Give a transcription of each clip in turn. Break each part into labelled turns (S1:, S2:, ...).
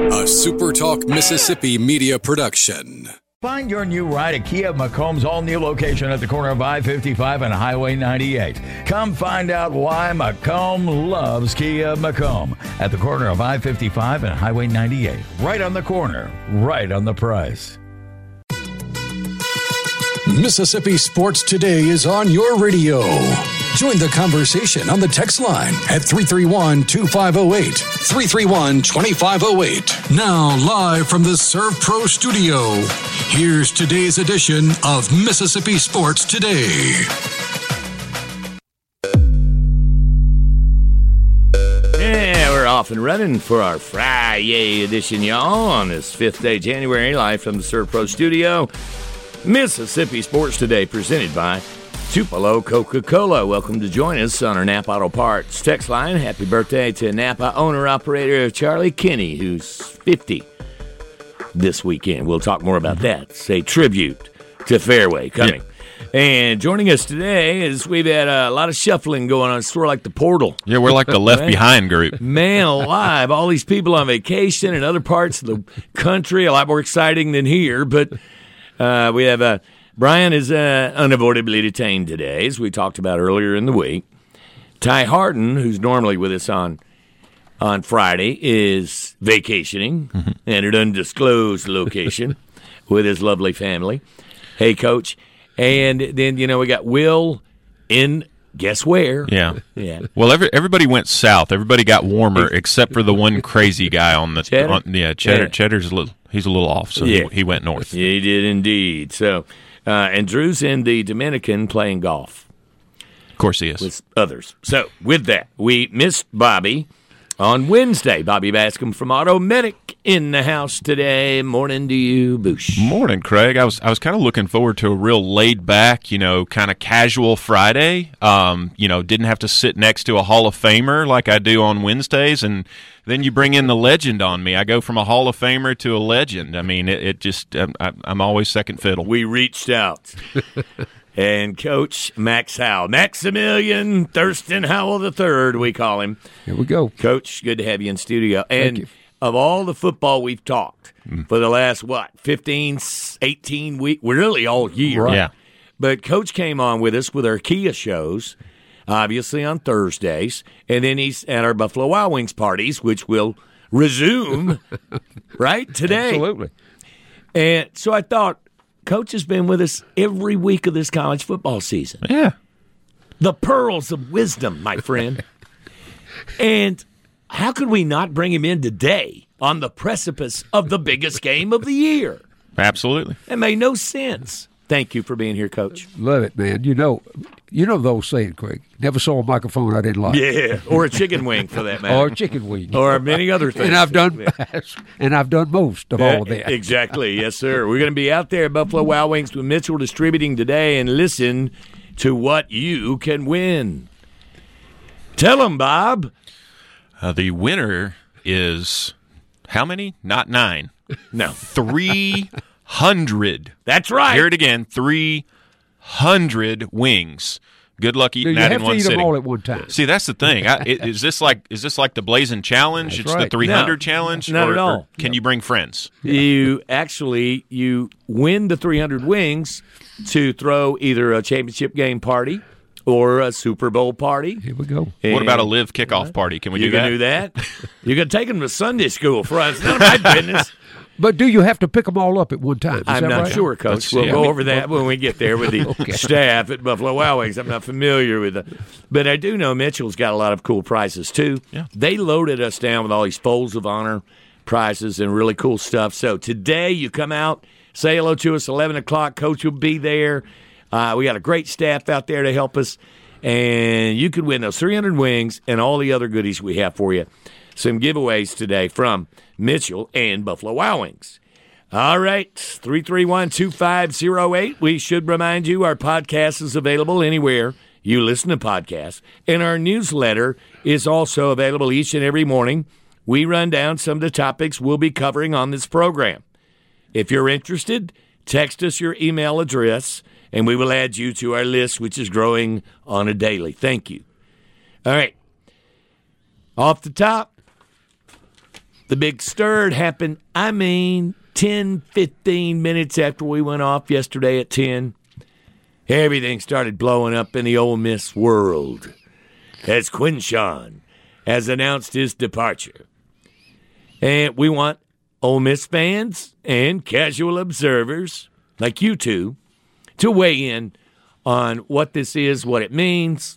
S1: SuperTalk Mississippi Media Production.
S2: Find your new ride at Kia of Macomb's all new location at the corner of I 55 and Highway 98. Come find out why Macomb loves Kia of Macomb at the corner of I 55 and Highway 98. Right on the corner, right on the price.
S3: Mississippi Sports Today is on your radio. Join the conversation on the text line at 331 2508. 331 2508. Now, live from the Serve Pro studio, here's today's edition of Mississippi Sports Today.
S4: Yeah, we're off and running for our Friday edition, y'all, on this fifth day of January, live from the Surf Pro Studio. Mississippi Sports Today, presented by Tupelo Coca Cola. Welcome to join us on our Napa Auto Parts text line. Happy birthday to Napa owner operator Charlie Kinney, who's 50 this weekend. We'll talk more about that. It's a tribute to Fairway coming. And joining us today is we've had a lot of shuffling going on. It's sort of like the portal.
S5: Yeah, we're like the left
S4: Right.
S5: behind group.
S4: Man alive, all these people on vacation in other parts of the country, a lot more exciting than here. But uh, we have uh, Brian is uh, unavoidably detained today, as we talked about earlier in the week. Ty Harden, who's normally with us on on Friday, is vacationing at an undisclosed location with his lovely family. Hey, coach. And then, you know, we got Will in guess where?
S5: Yeah.
S4: Yeah.
S5: Well, every, everybody went south. Everybody got warmer, except for the one crazy guy on the
S4: Cheddar?
S5: On, yeah, Cheddar.
S4: Yeah.
S5: Cheddar's a little. He's a little off, so
S4: Yeah.
S5: he, he went north.
S4: Yeah, he did indeed. So, uh, and Drew's in the Dominican playing golf
S5: Of course, he is.
S4: with others. So, with that, we missed Bobby on Wednesday. Bobby Bascom from Auto Medic in the house today. Morning to you, Boosh.
S5: Morning, Craig. I was I was kind of looking forward to a real laid back, you know, kind of casual Friday. Um, you know, didn't have to sit next to a Hall of Famer like I do on Wednesdays, and then you bring in the legend on me. I go from a Hall of Famer to a legend. I mean, it, it just um, I, I'm always second fiddle.
S4: We reached out. and Coach Max Howell, Maximilian Thurston Howell the third, we call him.
S6: Here we go.
S4: Coach, good to have you in studio. And
S6: you. Mm.
S4: of all the football we've talked for the last, what, 15, 18 weeks, really all year.
S6: Right.
S5: Yeah.
S4: But Coach came on with us with our Kia shows, obviously on Thursdays. And then he's at our Buffalo Wild Wings parties, which will resume right today.
S6: Absolutely.
S4: And so I thought, Coach has been with us every week of this college football season
S5: Yeah.
S4: the pearls of wisdom, my friend. and how could we not bring him in today on the precipice of the biggest game of the year?
S5: Absolutely.
S4: It made no sense. Thank you for being here, Coach.
S6: Love it, man. You know, you know those saying, Craig. Never saw a microphone I didn't like.
S4: Yeah, or a chicken wing for that
S6: Or
S4: matter,
S6: chicken wing.
S4: or many other things. Eh,
S6: and I've done, and I've done most of all of that.
S4: Exactly, yes, sir. We're going to be out there at Buffalo Wild Wings with Mitchell Distributing today and listen to what you can win. Tell them, Bob.
S5: Uh, the winner is how many? Not nine.
S4: No,
S5: 300.
S4: that's right.
S5: Hear it again 300 wings. Good luck
S6: You
S5: eating that
S6: have
S5: in
S6: to
S5: one
S6: eat
S5: sitting.
S6: them all at one time.
S5: See, that's the thing. I, it, is this like is this like the Blazing Challenge?
S6: That's
S5: it's
S6: right.
S5: the 300
S4: No.
S5: challenge.
S4: Not
S5: or,
S4: at all.
S5: or can you bring friends?
S4: you actually you win the 300 wings to throw either a championship game party or a Super Bowl party.
S6: Here we go.
S5: what
S4: And
S5: about a live kickoff party? Can we
S4: You
S5: do
S4: can
S5: that?
S4: do that. You can take them to Sunday school for us. None of my business.
S6: But do you have to pick them all up at one time? Is
S4: I'm
S6: that
S4: not
S6: right?
S4: sure, Coach.
S5: Let's
S4: we'll
S5: see.
S4: go
S5: I mean-
S4: over that when we get there with the staff at Buffalo Wild Wings. I'm not familiar with that, but I do know Mitchell's got a lot of cool prizes too.
S5: Yeah.
S4: They loaded us down with all these folds of honor prizes and really cool stuff. So today you come out, say hello to us. Eleven o'clock, Coach will be there. Uh, we got a great staff out there to help us, and you could win those 300 wings and all the other goodies we have for you. Some giveaways today from Mitchell and Buffalo Wild Wings. All right, 331 2508. We should remind you our podcast is available anywhere you listen to podcasts, and our newsletter is also available each and every morning. We run down some of the topics we'll be covering on this program. If you're interested, text us your email address, and we will add you to our list, which is growing on a daily. Thank you. All right, off the top, The big stir happened, I mean, 10, 15 minutes after we went off yesterday at 10. Everything started blowing up in the Ole Miss world as Quinshawn has announced his departure. And we want Ole Miss fans and casual observers like you two to weigh in on what this is, what it means,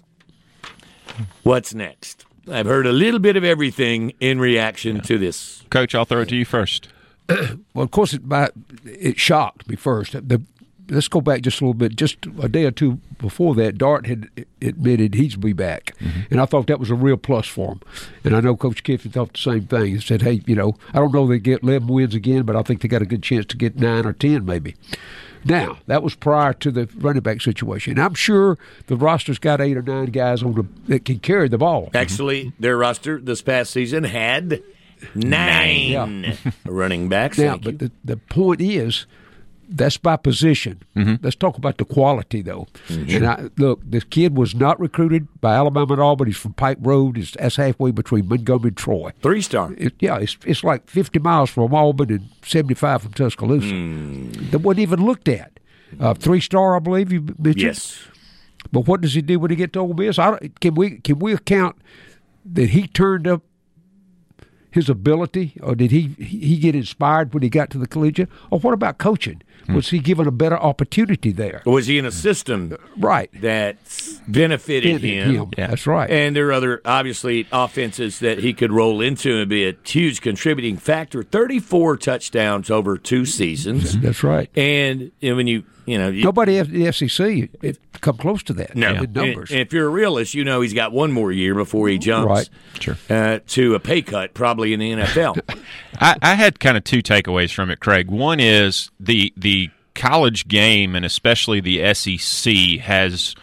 S4: what's next. I've heard a little bit of everything in reaction to this.
S5: Coach, I'll throw it to you first.
S6: Well, of course, it my, it shocked me first. The, let's go back just a little bit. Just a day or two before that, Dart had admitted he'd be back, and I thought that was a real plus for him. And I know Coach Kiffin thought the same thing. He said, "Hey, you know, I don't know they get eleven wins again, but I think they got a good chance to get nine or ten, maybe." Now that was prior to the running back situation. I'm sure the roster's got eight or nine guys on the that can carry the ball.
S4: Mm-hmm. Actually, their roster this past season had nine running backs.
S6: Now,
S4: Thank you.
S6: but the, the point is, that's by position.
S4: Mm-hmm.
S6: Let's talk about the quality, though. And I, look, this kid was not recruited by Alabama at all, but he's from Pike Road. It's, that's halfway between Montgomery and Troy.
S4: Three star.
S6: It, yeah, it's it's like 50 miles from Auburn and 75 from Tuscaloosa.
S4: Mm.
S6: That wasn't even looked at. Uh, three star, I believe you mentioned.
S4: Yes.
S6: But what does he do when he gets to Ole Miss? I don't, can we can we account that he turned up his ability, or did he he get inspired when he got to the collegiate? Or what about coaching?
S4: Hmm.
S6: Was he given a better opportunity there?
S4: Was he in a system
S6: Right,
S4: that benefited him?
S6: That's right.
S4: And there are other, obviously, offenses that he could roll into and be a huge contributing factor. 34 touchdowns over two seasons.
S6: that's right.
S4: And, and when you, you know, you,
S6: Nobody at the SEC it come close to that.
S4: No
S6: in
S4: And-
S6: numbers.
S4: And if you're a realist, you know he's got one more year before he jumps
S6: Right.
S5: Sure.
S4: uh, to a pay cut, probably in the NFL.
S5: I, I had kind of two takeaways from it, Craig. One is the the college game and especially the SEC has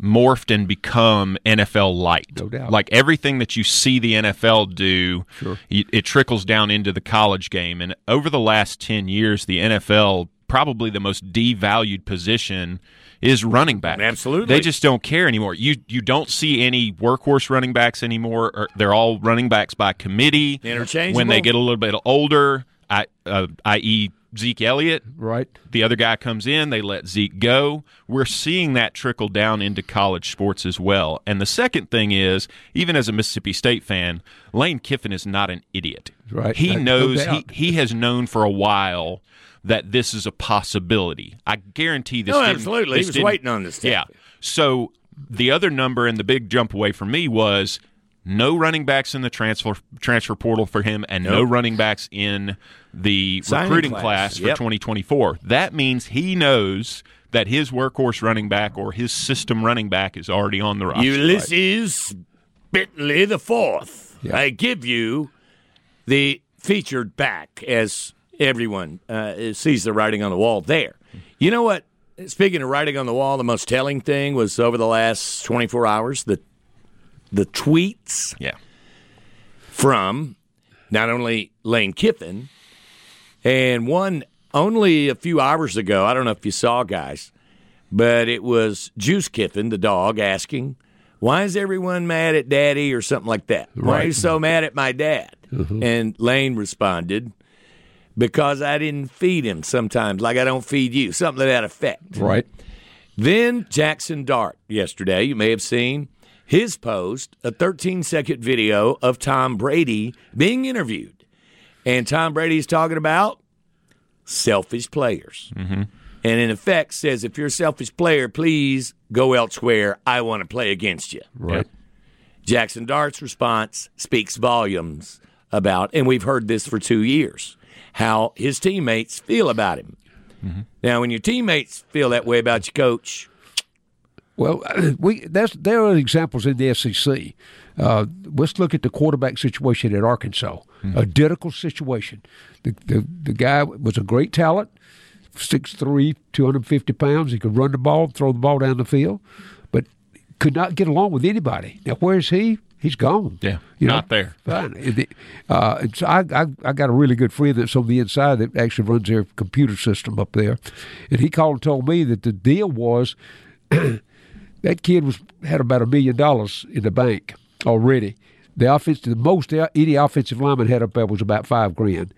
S5: morphed and become NFL light.
S6: No doubt.
S5: Like everything that you see the NFL do, it, it trickles down into the college game. And over the last ten years, the NFL probably the most devalued position is running back.
S4: Absolutely.
S5: They just don't care anymore. You you don't see any workhorse running backs anymore. Or they're all running backs by committee. When
S4: Interchangeable.
S5: they get a little bit older, I, uh, i.e., Zeke Elliott,
S6: right.
S5: the other guy comes in, they let Zeke go. We're seeing that trickle down into college sports as well. And the second thing is, even as a Mississippi State fan, Lane Kiffin is not an idiot.
S6: Right.
S5: He
S6: No- no
S5: knows he,
S6: doubt.
S5: he has known for a while that this is a possibility. I guarantee this.
S4: No,
S5: didn't-
S4: absolutely. He
S5: this
S4: was
S5: didn't-
S4: waiting on this stuff.
S5: Yeah. So the other number and the big jump away for me was no running backs in the transfer transfer portal for him, and no running backs in the
S4: Signing
S5: recruiting
S4: class.
S5: class, for
S4: Yep.
S5: 2024. That means he knows that his workhorse running back or his system running back is already on the roster.
S4: Ulysses Bentley the Fourth. I give you the featured back as everyone uh, sees the writing on the wall there. You know what? Speaking of writing on the wall, the most telling thing was over the last 24 hours the the tweets
S5: Yeah.
S4: from not only Lane Kiffin and one only a few hours ago. I don't know if you saw, guys, but it was Juice Kiffin, the dog, asking, Why is everyone mad at daddy or something like that? Why are you so mad at my dad? And Lane responded, Because I didn't feed him sometimes, like I don't feed you, something to that effect.
S6: Right.
S4: Then Jackson Dart yesterday, you may have seen his post, a 13 second video of Tom Brady being interviewed. And Tom Brady's talking about selfish players. Mm-hmm. And in effect says, if you're a selfish player, please go elsewhere. I want to play against you.
S6: Right.
S4: Jackson Dart's response speaks volumes about, and we've heard this for two years, how his teammates feel about him. Now, when your teammates feel that way about your coach,
S6: Well, we that's there are examples in the SEC. Uh, let's look at the quarterback situation at Arkansas.
S5: Hmm.
S6: Identical situation. The, the the guy was a great talent, 6'3", 250 pounds. He could run the ball, throw the ball down the field, but could not get along with anybody. Now, where is he? He's gone.
S5: Yeah, not there.
S6: Fine. And the- Uh, and so I, I, I got a really good friend that's on the inside that actually runs their computer system up there, and he called and told me that the deal was that kid was had about a million dollars in the bank already. The offense, the most any offensive lineman had up there was about five grand,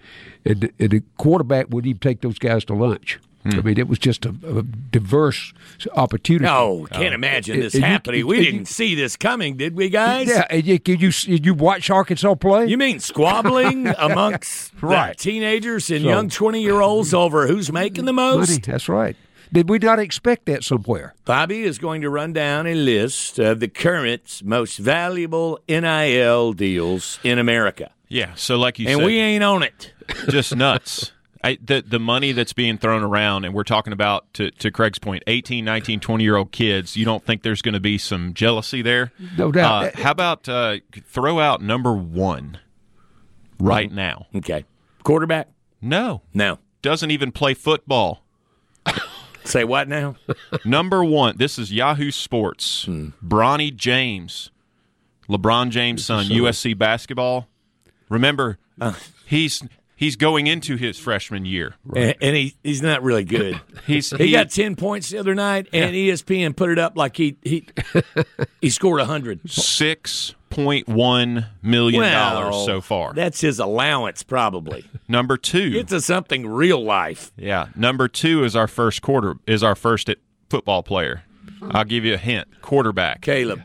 S6: and the, and the quarterback wouldn't even take those guys to lunch. I mean, it was just a, a diverse opportunity.
S4: No, can't imagine this
S6: Uh, And you-
S4: happening. we
S6: and you-
S4: didn't see this coming, did we, guys?
S6: Yeah, and you, can you did you watch Arkansas play?
S4: You mean squabbling amongst the
S6: Right.
S4: teenagers and young 20 year olds over who's making the most?
S6: Money, that's right. Did we not expect that somewhere?
S4: Bobby is going to run down a list of the current most valuable NIL deals in America.
S5: Yeah. So, like you
S4: And
S5: said,
S4: we ain't on it.
S5: just nuts. I, the the money that's being thrown around, and we're talking about to, to Craig's point, 18, 19, 20 year old kids. You don't think there's going to be some jealousy there?
S6: No doubt.
S5: Uh, how about uh, throw out number one right
S4: Mm-hmm.
S5: now?
S4: Okay. Quarterback?
S5: No,
S4: No.
S5: doesn't even play football.
S4: Say what now?
S5: Number one, this is Yahoo Sports.
S4: Hmm.
S5: Bronny James, LeBron James' son, USC basketball. Remember,
S4: Ah.
S5: he's he's going into his freshman year.
S4: And, and he, he's not really good.
S5: He's
S4: He got 10 points the other night, and E ESPN put it up like he he, he scored 100.
S5: six point one million dollars so far.
S4: That's his allowance, probably.
S5: number two,
S4: Get to something real life.
S5: yeah, number two is our first quarter is our first at football player. I'll give you a hint: quarterback
S4: Caleb.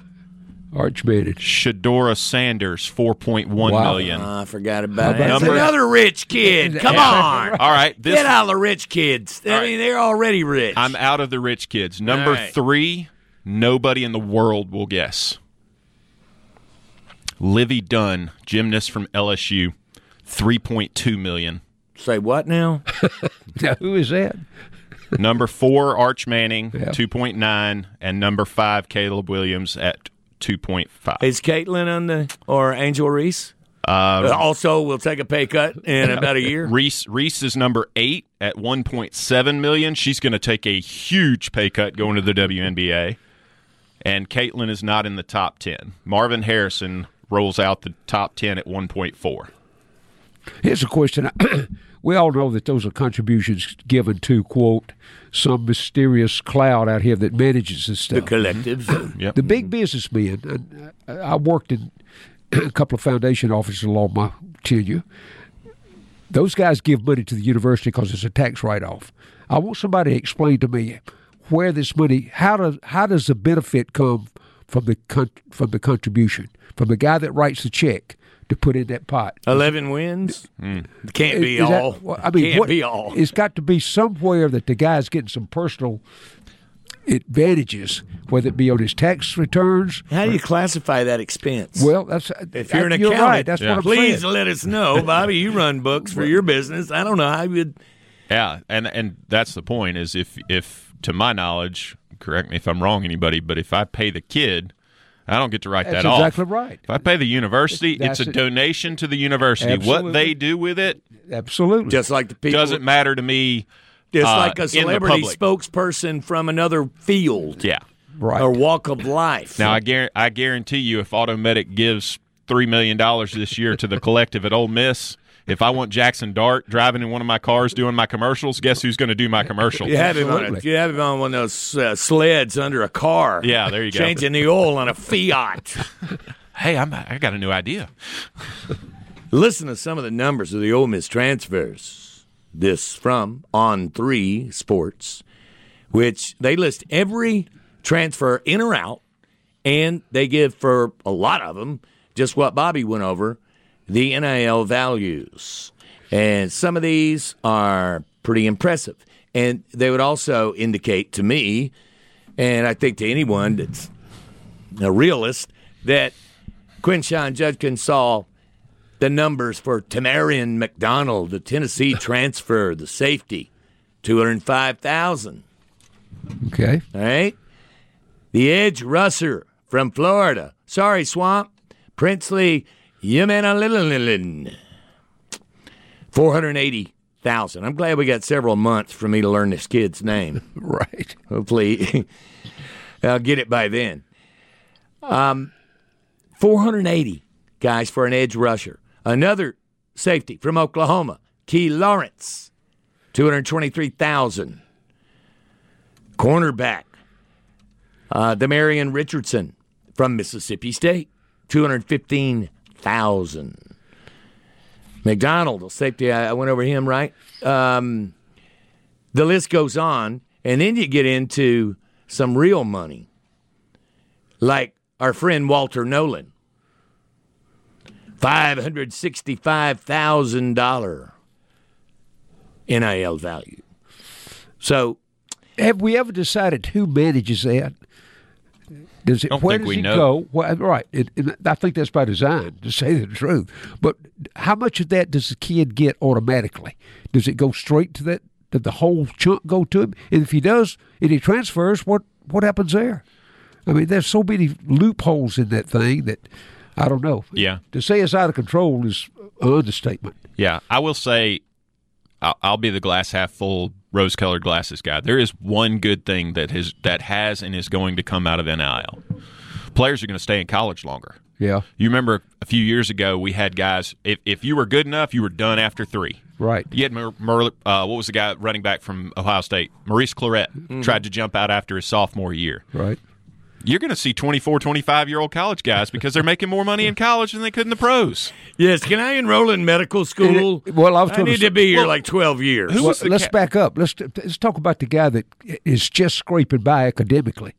S6: Arch managed.
S5: Shadora Sanders, four point one
S6: Wow.
S5: million.
S4: Oh, I forgot about
S6: How
S4: it.
S6: about
S4: That's
S5: that?
S4: another rich kid. Come on.
S5: All right, this
S4: Get out of the rich kids. I
S5: All right.
S4: mean, they're already rich.
S5: I'm out of the rich kids. Number
S4: All right.
S5: three, nobody in the world will guess. Livy Dunn, gymnast from LSU, three point two million.
S4: Say what now?
S6: Now, who is that?
S5: Number four, Arch Manning,
S6: Yeah.
S5: 2.9. And number five, Caleb Williams at 2.5.
S4: Is Caitlin on the or Angel Reese?
S5: Um,
S4: Uh, also, we'll take a pay cut in about a year.
S5: Reese, Reese is number eight at 1.7 million. She's going to take a huge pay cut going to the WNBA. And Caitlin is not in the top 10. Marvin Harrison rolls out the top 10 at 1.4.
S6: Here's a question. we all know that those are contributions given to quote some mysterious cloud out here that manages this stuff.
S4: The collective.
S5: Yep.
S6: the big businessmen. And I, I worked in a couple of foundation offices along my tenure. Those guys give money to the university because it's a tax write-off. I want somebody to explain to me where this money, how does how does the benefit come from the con- from the contribution from the guy that writes the check to put in that pot?
S4: 11 wins?
S5: Hmm.
S4: Can't be
S6: Is that-
S4: all.
S6: well, I mean,
S4: Can't
S6: what-
S4: be all.
S6: It's got to be somewhere that the guy's getting some personal advantages, whether it be on his tax returns.
S4: How do you classify that expense?
S6: Well, that's
S4: if you're an
S6: I-
S4: accountant,
S6: right. That's what I'm
S4: please
S6: saying.
S4: let us know. Bobby, you run books for your business. I don't know how you'd.
S5: Yeah, and and that's the point is if if to my knowledge, correct me if I'm wrong, anybody, but if I pay the kid, I don't get to write
S6: That's
S5: that off.
S6: exactly right.
S5: If I pay the university,
S6: That's
S5: it's a
S6: it.
S5: donation to the university.
S6: Absolutely.
S5: What they do with it
S6: Absolutely.
S4: Just like the people.
S5: doesn't matter to me.
S4: Just
S5: uh,
S4: like
S5: in
S4: a
S5: the
S4: celebrity
S5: public.
S4: spokesperson from another field
S5: Yeah.
S6: right.
S4: or walk of life.
S5: Now I guarantee, I guarantee you, if Automedic gives three million dollars this year to the collective at Ole Miss, if I want Jackson Dart driving in one of my cars doing my commercials, guess who's going to do my commercials?
S4: You have him on a,
S6: Absolutely.
S4: you have him on one of those uh, sleds under a car.
S5: Yeah, there you go.
S4: Changing the oil on a Fiat.
S5: Hey, I'm, I got a new idea.
S4: Listen to some of the numbers of the Ole Miss transfers. This from On Three Sports, which they list every transfer in or out, and they give for a lot of them just what Bobby went over the NIL values. And some of these are pretty impressive. And they would also indicate to me, and I think to anyone that's a realist, that Quinshawn Judkins saw the numbers for Tamarian McDonald, the Tennessee transfer, the safety, 205,000,
S6: okay.
S4: all right? The edge rusher from Florida. Sorry, Swamp. Princely Yemenalililin. 480,000. I'm glad we got several months for me to learn this kid's name.
S6: Right.
S4: Hopefully, I'll get it by then. Um, 480 guys for an edge rusher. Another safety from Oklahoma, Key Lawrence, 223,000. Cornerback, uh, Demarion Richardson from Mississippi State, 215,000. thousand. McDonald, a safety. I I went over him, right? Um, the list goes on, and then you get into some real money, like our friend Walter Nolan, five hundred sixty-five thousand dollar NIL value. So
S6: Have we ever decided who manages that? Does it?
S5: Don't
S6: where
S5: think
S6: does
S5: we
S6: it
S5: know.
S6: go? Well, right. It, it- I think that's by design, to say the truth. But how much of that does the kid get automatically? Does it go straight to that? Does the whole chunk go to him? And if he does, and he transfers, what what happens there? I mean, there's so many loopholes in that thing that I don't know.
S5: Yeah.
S6: To say it's out of control is an understatement.
S5: Yeah, I will say, I'll, I'll be the glass half full, rose colored glasses guy. There is one good thing that has that has and is going to come out of NIL. Players are going to stay in college longer.
S6: Yeah.
S5: You remember a few years ago we had guys. If if you were good enough, you were done after three.
S6: Right.
S5: You had Mer, Mer, uh, what was the guy running back from Ohio State? Maurice Claret tried to jump out after his sophomore year.
S6: Right.
S5: You're going to see 24, 25 year old college guys because they're making more money in college than they could in the pros.
S4: Yes, can I enroll in medical school?
S6: well, I was
S4: I
S6: gonna
S4: need
S6: say-
S4: to be here like twelve years.
S5: Who
S6: Well,
S5: was the
S6: let's
S5: ca-
S6: back up. Let's let's talk about the guy that is just scraping by academically.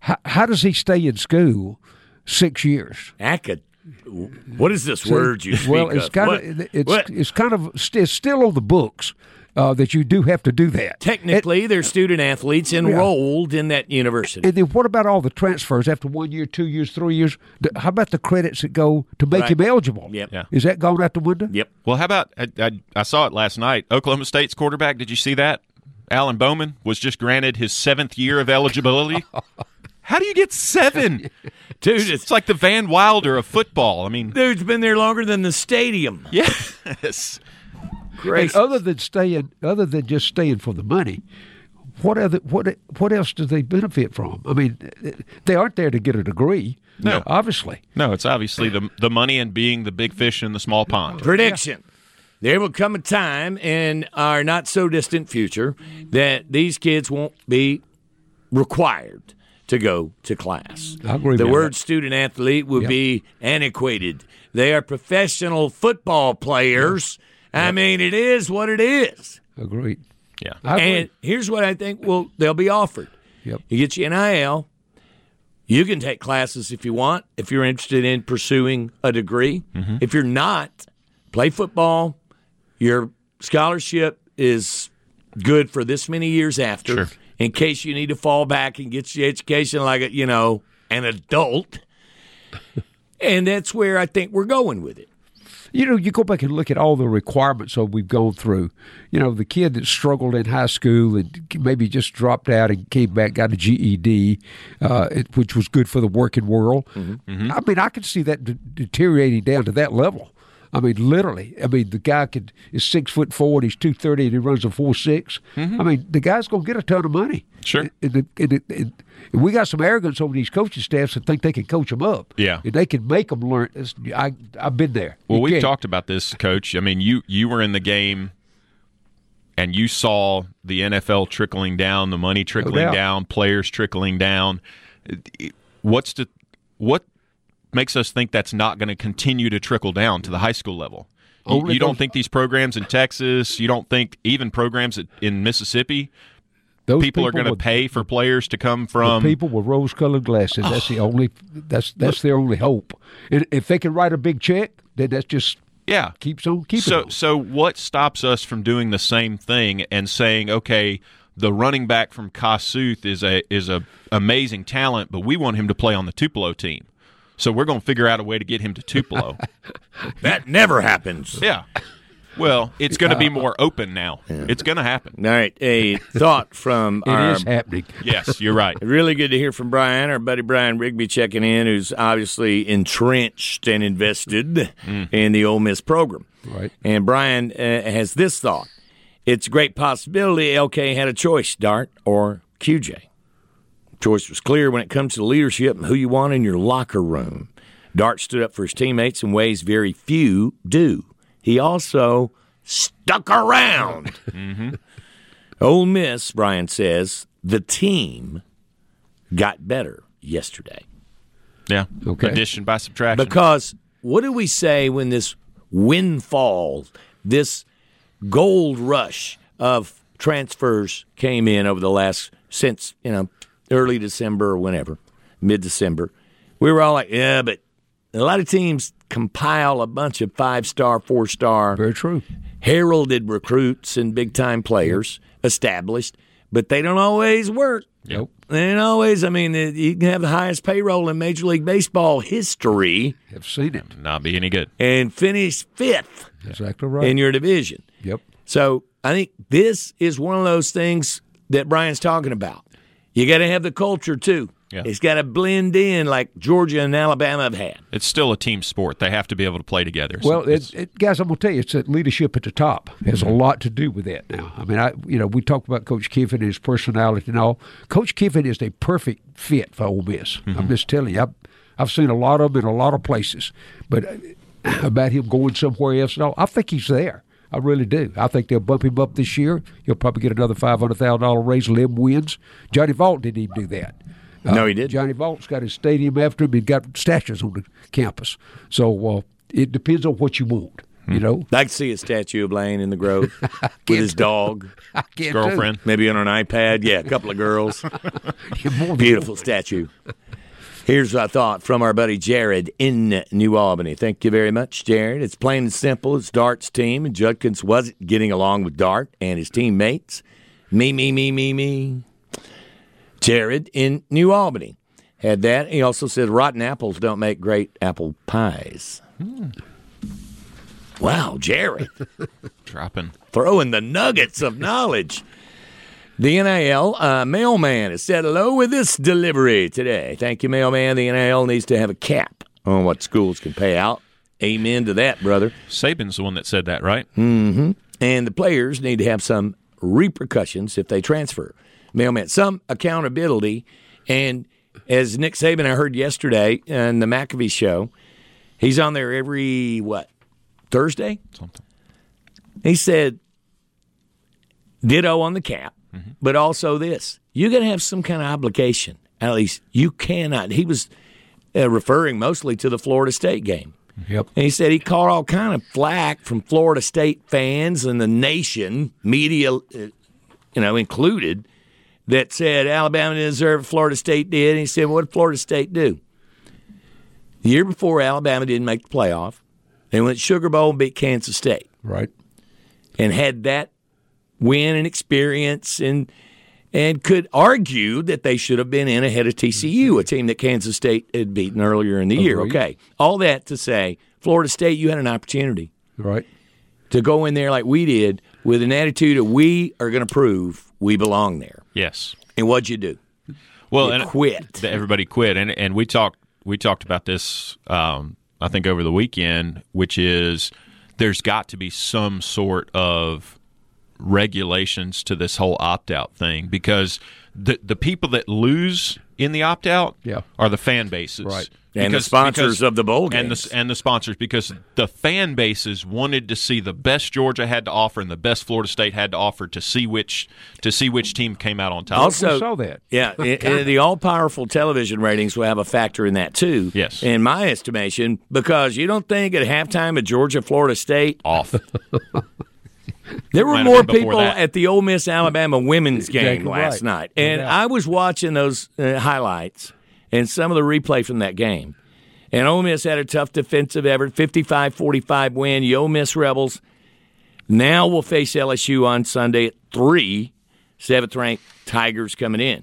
S6: How, how does he stay in school six years?
S4: Acad- what is this word you speak
S6: well, it's
S4: of?
S6: kind
S4: What-
S6: of it's
S4: what-
S6: it's kind of st- it's still on the books uh, that you do have to do that.
S4: technically they're student athletes enrolled in that university.
S6: And then what about all the transfers after one year, two years, three years? Th- How about the credits that go to make
S4: Right.
S6: him eligible?
S4: Yep. Yeah.
S6: Is that gone out the window?
S4: yep.
S5: Well, how about I, I, I saw it last night. Oklahoma State's quarterback. Did you see that? Alan Bowman was just granted his seventh year of eligibility. how do you get seven?
S4: Dude, it's,
S5: It's like the Van Wilder of football. I mean,
S4: dude's been there longer than the stadium.
S5: yes.
S4: Great.
S6: And oh, other than staying, other than just staying for the money, what other what what else do they benefit from? I mean, they aren't there to get a degree.
S5: No.
S6: obviously.
S5: No, it's obviously the the money and being the big fish in the small pond.
S4: Prediction. There will come a time in our not so distant future that these kids won't be required to go to class.
S6: I agree with
S4: the
S6: you on
S4: word
S6: that.
S4: student athlete will be antiquated. They are professional football players. I mean, it is what it is.
S6: Agreed.
S5: Yeah.
S6: I agree.
S4: And here's what I think will they'll be offered.
S6: Yep.
S4: You get your NIL. You can take classes if you want, if you're interested in pursuing a degree.
S6: Mm-hmm.
S4: If you're not, play football. Your scholarship is good for this many years after,
S5: Sure.
S4: in case you need to fall back and get your education like a, you know an adult. and that's where I think we're going with it.
S6: You know, you go back and look at all the requirements that we've gone through. You know, the kid that struggled in high school and maybe just dropped out and came back, got a GED, uh, it- which was good for the working world.
S5: Mm-hmm.
S6: I mean, I could see that de- deteriorating down to that level. I mean, literally. I mean, the guy could is six foot four and he's two thirty and he runs a four I mean, the guy's gonna get a ton of money.
S5: Mm-hmm. Sure.
S6: And, the- and the- and- and we got some arrogance over these coaching staffs that think they can coach them up.
S5: Yeah.
S6: And they can make them learn. It's, I I've been there.
S5: Well,
S6: You
S5: we've
S6: can't.
S5: talked about this, Coach. I mean, you you were in the game, and you saw the NFL trickling down, the money trickling
S6: doubt.
S5: down, players trickling down. It- it- What's the what makes us think that's not going to continue to trickle down to the high school level? You,
S6: Only
S5: you don't
S6: those-
S5: think these programs in Texas, you don't think even programs at- in Mississippi,
S6: Those
S5: people, are going to
S6: with-
S5: pay for players to come
S6: the
S5: from
S6: people with rose-colored glasses. That's the only. That's that's their only hope. And if they can write a big check, then that's just
S5: yeah
S6: keeps on keeping.
S5: So,
S6: on.
S5: so what stops us from doing the same thing and saying, okay, the running back from Kasuth is a is a amazing talent, but we want him to play on the Tupelo team, so we're going to figure out a way to get him to Tupelo.
S4: That never happens.
S5: yeah. Well, it's going to be more open now. It's going to happen.
S4: All right, a thought from
S6: It
S4: our
S6: is
S5: um,
S6: happening.
S5: Yes, you're right.
S4: Really good to hear from Brian, our buddy Brian Rigby checking in, who's obviously entrenched and invested in the Ole Miss program.
S6: Right.
S4: And Brian uh, has this thought: It's a great possibility LK had a choice, Dart or QJ. Choice was clear when it comes to leadership and who you want in your locker room. Dart stood up for his teammates in ways very few do. He also stuck around. Ole Miss, Brian says, the team got better yesterday
S5: Yeah.
S6: Okay.
S5: Addition by subtraction.
S4: because What do we say when this windfall, this gold rush of transfers came in over the last since you know early December or whenever, mid December? We were all like, yeah, but a lot of teams compile a bunch of five star, four star
S6: Very true.
S4: heralded recruits and big time players established, but they don't always work.
S6: Nope.
S4: They don't always. I mean, it- you can have the highest payroll in Major League Baseball history
S6: Have seen it.
S5: Not be any good.
S4: and finish fifth
S6: Exactly right.
S4: in your division.
S6: yep.
S4: So I think this is one of those things that Brian's talking about. You got to have the culture too.
S5: Yeah.
S4: It's got to blend in like Georgia and Alabama have had.
S5: It's still a team sport. They have to be able to play together. So
S6: Well,
S5: it's-
S6: it, it, guys, I'm gonna tell you, it's that leadership at the top has a lot to do with that. Now, I mean, I you know, we talked about Coach Kiffin and his personality and all. Coach Kiffin is a perfect fit for Ole Miss. I'm just telling you, I've, I've seen a lot of him in a lot of places, but uh, about him going somewhere else and all, I think he's there. I really do. I think they'll bump him up this year. He'll probably get another five hundred thousand dollar raise. Lem wins. Johnny Vault didn't even do that.
S4: No, he didn't.
S6: Johnny Vault's got his stadium after him. He's got statues on the campus. So uh, it depends on what you want, you know.
S4: I can see a statue of Lane in the Grove with his dog,
S6: I can't do-
S5: girlfriend.
S4: maybe on an iPad. Yeah, a couple of girls.
S6: You're more than-
S4: Beautiful statue. Here's a thought from our buddy Jared in New Albany. Thank you very much, Jared. It's plain and simple. It's Dart's team, and Judkins wasn't getting along with Dart and his teammates. Me, me, me, me, me. Jared in New Albany had that. He also said rotten apples don't make great apple pies. Wow, Jared
S5: Dropping.
S4: throwing the nuggets of knowledge. The NIL uh, mailman has said hello with this delivery today. Thank you, mailman. The NIL needs to have a cap on what schools can pay out. Amen to that, brother.
S5: Saban's the one that said that, right?
S6: Hmm.
S4: And the players need to have some repercussions if they transfer. Mailman, some accountability. And as Nick Saban, I heard yesterday on the McAfee show, he's on there every, what, Thursday?
S5: Something.
S4: He said, ditto on the cap, but also this. You're going to have some kind of obligation. At least you cannot. He was uh, referring mostly to the Florida State game.
S6: Yep.
S4: And he said he caught all kind of flack from Florida State fans and the nation, media, uh, you know, included, that said Alabama didn't deserve it, Florida State did. And he said, what did Florida State do? The year before, Alabama didn't make the playoff. They went Sugar Bowl and beat Kansas State
S6: Right.
S4: and had that win and experience and and could argue that they should have been in ahead of TCU, a team that Kansas State had beaten earlier in the year.
S6: Agreed.
S4: Okay. All that to say, Florida State, you had an opportunity
S6: Right.
S4: to go in there like we did with an attitude of we are going to prove we belong there.
S5: Yes.
S4: And what'd you do?
S5: Well,
S4: You
S5: and
S4: quit.
S5: that everybody quit, and and we talked we talked about this. Um, I think over the weekend, which is there's got to be some sort of regulations to this whole opt out thing because the the people that lose in the opt out
S6: Yeah.
S5: are the fan bases,
S6: Right.
S4: And the sponsors of the bowl
S5: and
S4: games.
S5: the, and the sponsors because the fan bases wanted to see the best Georgia had to offer and the best Florida State had to offer to see which to see which team came out on top.
S4: Also,
S6: saw that.
S4: Yeah, i- i- the all-powerful television ratings will have a factor in that too.
S5: Yes.
S4: in my estimation, because you don't think at halftime of Georgia Florida State
S5: off.
S4: There were
S5: Might have
S4: more
S5: been before
S4: people
S5: that.
S4: at the Ole Miss Alabama women's game
S6: Exactly
S4: last
S6: right.
S4: night, and
S6: Yeah.
S4: I was watching those uh, highlights and some of the replay from that game. And Ole Miss had a tough defensive effort, 55-45 win. The Ole Miss Rebels now will face LSU on Sunday at three. Seventh ranked Tigers coming in.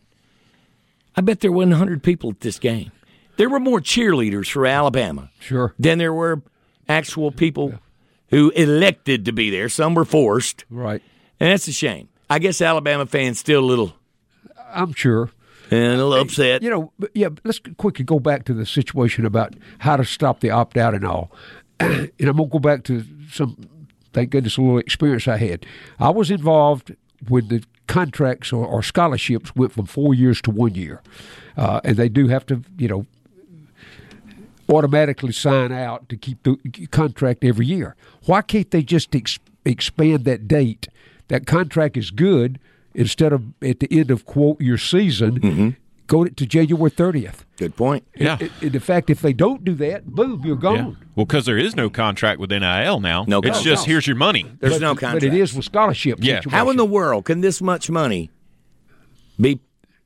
S4: I bet there were 100 people at this game. There were more cheerleaders for Alabama
S6: Sure.
S4: than there were actual people who elected to be there. Some were forced,
S6: Right.
S4: and that's a shame. I guess Alabama fans still a little
S6: I'm sure.
S4: and a little upset.
S6: You know, but yeah, but let's quickly go back to the situation about how to stop the opt out and all. and I'm going to go back to some, thank goodness, a little experience I had. I was involved when the contracts or, or scholarships went from four years to one year. Uh, and they do have to, you know, automatically sign out to keep the contract every year. Why can't they just ex- expand that date? That contract is good. Instead of at the end of quote your season, go to January 30th.
S4: Good point.
S5: Yeah.
S6: I- In fact, if they don't do that, boom, you're
S5: Yeah.
S6: gone.
S5: Well, because there is no contract with NIL now.
S4: No
S5: it's
S4: contract.
S5: just here's your money.
S4: There's
S6: but,
S4: no
S6: But it
S4: contract.
S6: is with scholarship.
S5: Yeah.
S4: How in the world can this much money be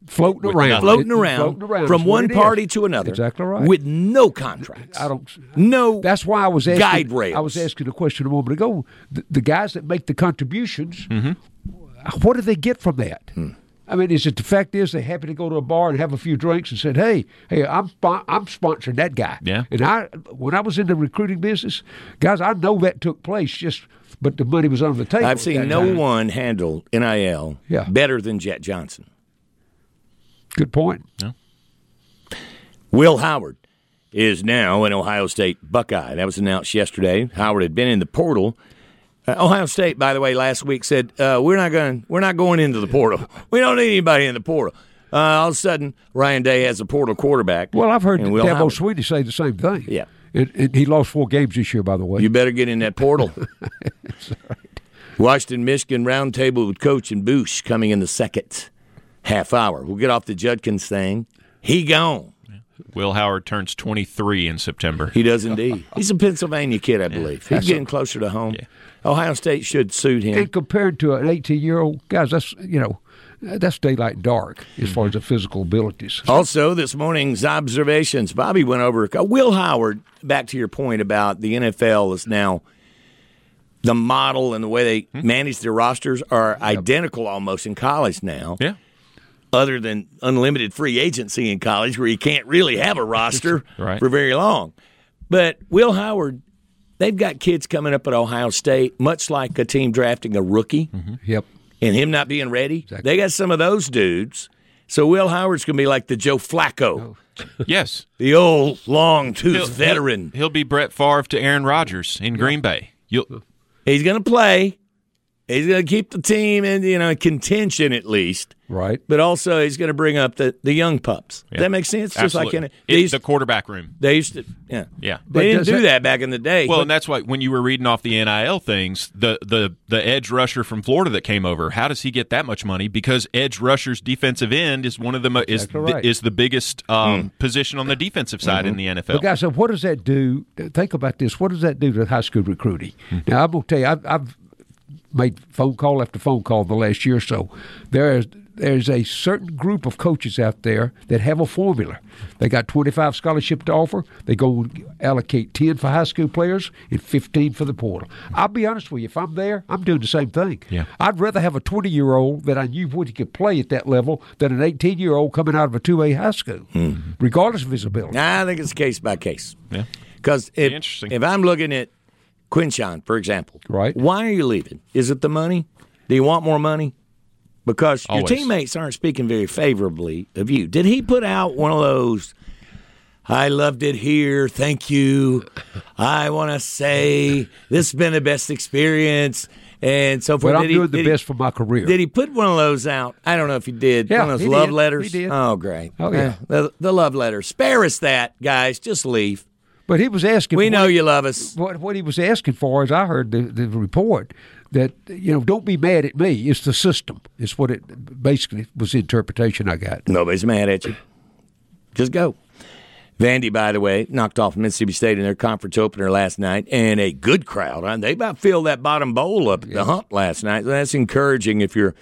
S6: floating around,
S4: floating
S6: Uh, It- it's
S4: around,
S6: floating around
S4: from
S6: That's what
S4: one
S6: it is.
S4: party to another
S6: Exactly right.
S4: with no contracts?
S6: I don't.
S4: No.
S6: That's why I was asking.
S4: Guide rails.
S6: I was asking the question a moment ago. The, the guys that make the contributions,
S4: Mm-hmm.
S6: what do they get from that?
S4: Hmm.
S6: I mean, is it the fact is they happen to go to a bar and have a few drinks and said, "Hey, hey, I'm spo- I'm sponsoring that guy."
S5: Yeah.
S6: And I, when I was in the recruiting business, guys, I know that took place. Just, but the money was under the table.
S4: I've
S6: at
S4: seen
S6: that
S4: no
S6: time.
S4: one handle NIL
S6: Yeah.
S4: better than Jet Johnson.
S6: Good point.
S4: Will Howard is now an Ohio State Buckeye. That was announced yesterday. Howard had been in the portal. Uh, Ohio State, by the way, last week said uh, we're not going. We're not going into the portal. We don't need anybody in the portal. Uh, all of a sudden, Ryan Day has a portal quarterback.
S6: Well, I've heard
S4: and Will
S6: Dabo
S4: Howard.
S6: Sweeney say the same thing.
S4: Yeah.
S6: And, and he lost four games this year, by the way.
S4: You better get in that portal. Washington, Michigan roundtable with Coach and Boosh coming in the second half hour. We'll get off the Judkins thing. He gone.
S5: Will Howard turns 23 in September.
S4: He does indeed. He's a Pennsylvania kid, I believe. He's getting closer to home. Ohio State should suit him.
S6: and compared to an 18 year old guys that's you know that's daylight and dark as far as the physical abilities
S4: Also, this morning's observations. Bobby went over. uh, Will Howard, back to your point about the NFL is now the model and the way they manage their rosters are identical almost in college now.
S5: Yeah.
S4: other than unlimited free agency in college where you can't really have a roster
S5: Right.
S4: for very long. But Will Howard, they've got kids coming up at Ohio State, much like a team drafting a rookie
S6: yep
S4: and him not being ready. They got some of those dudes. So Will Howard's going to be like the Joe Flacco,
S5: Yes.
S4: the old long
S5: He'll-
S4: tooth veteran.
S5: He'll be Brett Favre to Aaron Rodgers in Green Bay. You'll,
S4: He's going to play. He's going to keep the team in you know contention at least,
S6: right
S4: but also he's going to bring up the, the young pups. Does That makes sense. Just like in
S5: absolutely.
S4: it. They
S5: it's
S4: used
S5: the quarterback room.
S4: They used to, yeah,
S5: Yeah.
S4: They didn't
S6: does
S4: do
S6: that-
S4: that back in the day.
S5: Well, and that's why when you were reading off the NIL things, the, the the edge rusher from Florida that came over, how does he get that much money? Because edge rusher's defensive end is one of the mo- is
S6: Exactly right.
S5: the, is the biggest
S4: Mm.
S5: um, position on the defensive side
S4: Mm-hmm.
S5: in the NFL.
S6: But guys, so what does that do? Think about this. What does that do to high school recruiting? Now, I'm gonna tell you, I've, I've made phone call after phone call the last year or so. There is there's a certain group of coaches out there that have a formula. They got 25 scholarship to offer. They go allocate 10 for high school players and 15 for the portal. I'll be honest with you. If I'm there, I'm doing the same thing.
S5: Yeah.
S6: I'd rather have a 20 year old that I knew what he could play at that level than an 18 year old coming out of a 2A high school, regardless of his ability.
S4: I think it's case by case.
S5: Yeah.
S4: Because if,
S5: Interesting.
S4: if I'm looking at Quinchon, for example,
S6: Right.
S4: Why are you leaving? Is it the money? Do you want more money? Because
S5: Always.
S4: your teammates aren't speaking very favorably of you. Did he put out one of those? I loved it here. Thank you. I want to say this has been the best experience, and so forth.
S6: But I'm
S4: Did he-
S6: doing the
S4: did he-
S6: best for my career.
S4: Did he put one of those out? I don't know if he did.
S6: Yeah,
S4: one of those
S6: he
S4: love
S6: did.
S4: letters.
S6: He did.
S4: Oh, great. Uh,
S6: Oh, yeah.
S4: the, the love letter. Spare us that, guys. Just leave.
S6: but he was asking.
S4: We
S6: what-
S4: know you love us.
S6: What, what he was asking for, as I heard the, the report, that you know, don't be mad at me. It's the system. It's what it basically was the interpretation I got.
S4: Nobody's mad at you. Just go. Vandy, by the way, knocked off Mississippi State in their conference opener last night, and a good crowd. Uh, They about filled that bottom bowl up at the hump last night. That's encouraging if you're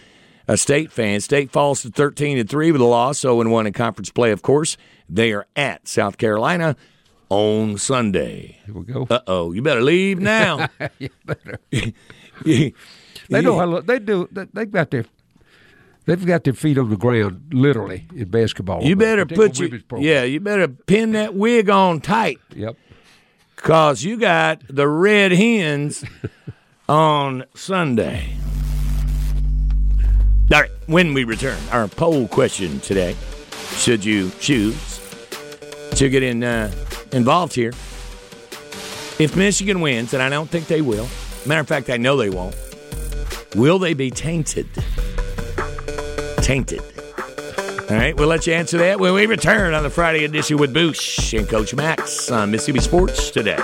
S4: a State fan. State falls to thirteen and three with a loss, zero and one in conference play. Of course, they are at South Carolina on Sunday.
S6: Here we go.
S4: uh oh, you better leave now.
S6: they know how. They do. They, they've got their. They've got their feet on the ground, literally, in basketball.
S4: you better
S6: Particular
S4: put your
S6: women's program.
S4: yeah, you better pin that wig on tight
S6: Yep.
S4: because you got the red hens on Sunday. All right, when we return, our poll question today: Should you choose to get in uh, involved here? If Michigan wins, and I don't think they will. Matter of fact, I know they won't. Will they be tainted? Tainted. All right, we'll let you answer that when we return on the Friday edition with Boosh and Coach Max on Mississippi Sports today.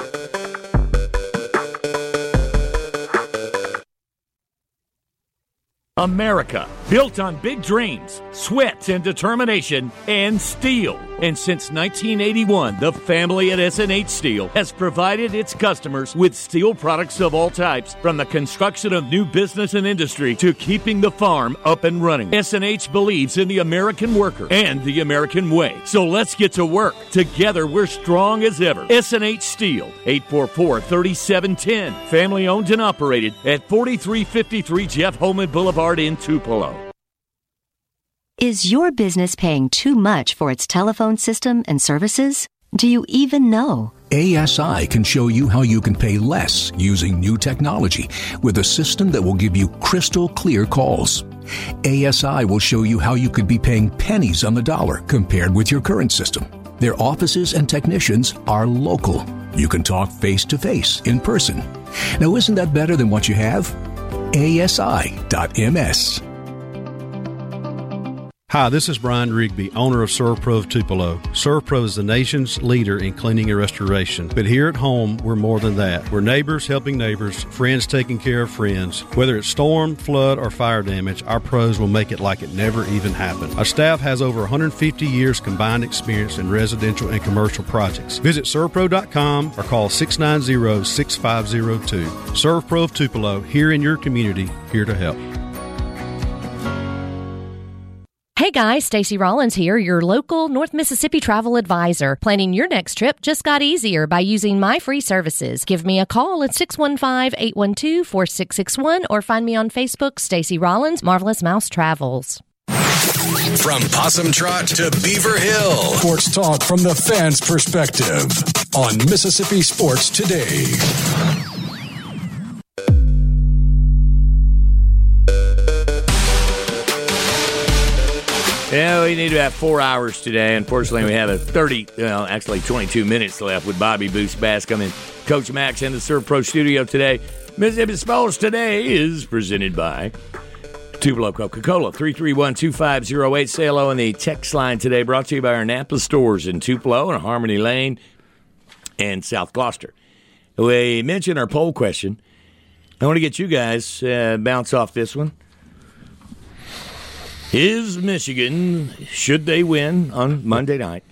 S4: America
S7: Built on big dreams, sweat and determination, and steel. And since 1981, the family at SNH Steel has provided its customers with steel products of all types, from the construction of new business and industry to keeping the farm up and running. SNH believes in the American worker and the American way. So let's get to work. Together, we're strong as ever. SNH Steel, 844 3710. Family owned and operated at 4353 Jeff Holman Boulevard in Tupelo.
S8: Is your business paying too much for its telephone system and services? Do you even know?
S9: ASI can show you how you can pay less using new technology with a system that will give you crystal clear calls. ASI will show you how you could be paying pennies on the dollar compared with your current system. Their offices and technicians are local. You can talk face to face in person. Now, isn't that better than what you have? ASI.ms.
S10: Hi, this is Brian Rigby, owner of ServPro of Tupelo. ServPro is the nation's leader in cleaning and restoration. But here at home, we're more than that. We're neighbors helping neighbors, friends taking care of friends. Whether it's storm, flood, or fire damage, our pros will make it like it never even happened. Our staff has over 150 years combined experience in residential and commercial projects. Visit servpro.com or call 690-6502. ServPro of Tupelo, here in your community, here to help.
S11: Hey guys, Stacy Rollins here, your local North Mississippi travel advisor. Planning your next trip just got easier by using my free services. Give me a call at 615-812-4661 or find me on Facebook, Stacy Rollins, Marvelous Mouse Travels.
S1: From Possum Trot to Beaver Hill.
S3: Sports talk from the fans' perspective on Mississippi Sports Today.
S4: Yeah, we need about four hours today. Unfortunately, we have a 30, well, actually 22 minutes left with Bobby Boost Bascom and Coach Max in the Serve Pro studio today. Mississippi Sports Today is presented by Tupelo Coca-Cola, 331-2508. Say hello on the text line today, brought to you by our Napa stores in Tupelo and Harmony Lane and South Gloucester. We mentioned our poll question. I want to get you guys uh, bounce off this one. Is Michigan, should they win on Monday night,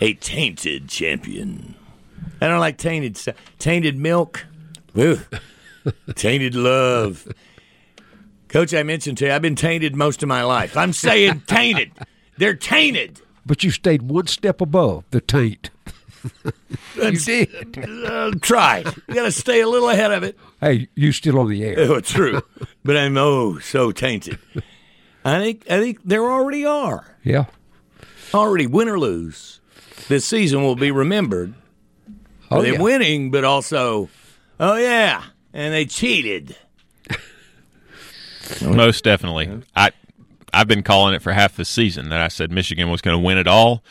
S4: a tainted champion? I don't like tainted stuff. Tainted milk. Ugh. tainted love. Coach, I mentioned to you, I've been tainted most of my life. I'm saying tainted. They're tainted.
S6: But you stayed one step above the taint.
S4: You did. Uh, try. You got to stay a little ahead of it.
S6: Hey, you still on the air.
S4: Oh, true. But I'm oh so tainted. I think I think there already are.
S6: Yeah.
S4: Already win or lose, this season will be remembered.
S6: Oh,
S4: they
S6: yeah.
S4: winning, but also, oh yeah, and they cheated.
S5: Most definitely. I I've been calling it for half the season that I said Michigan was going to win it all.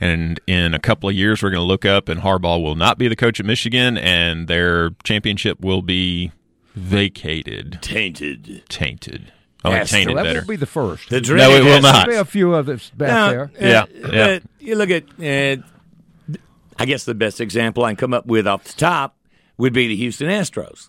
S5: And in a couple of years, we're going to look up, and Harbaugh will not be the coach at Michigan, and their championship will be vacated,
S4: Tainted.
S5: tainted. I like
S4: Yes,
S5: tainted
S6: that
S5: better.
S6: won't be the first.
S4: The
S6: There'll
S4: dream
S5: No, it will
S4: has-
S5: not.
S6: be a few others back
S4: No,
S6: there.
S5: there.
S4: uh,
S5: Yeah, yeah.
S4: but you look at, uh, I guess the best example I can come up with off the top would be the Houston Astros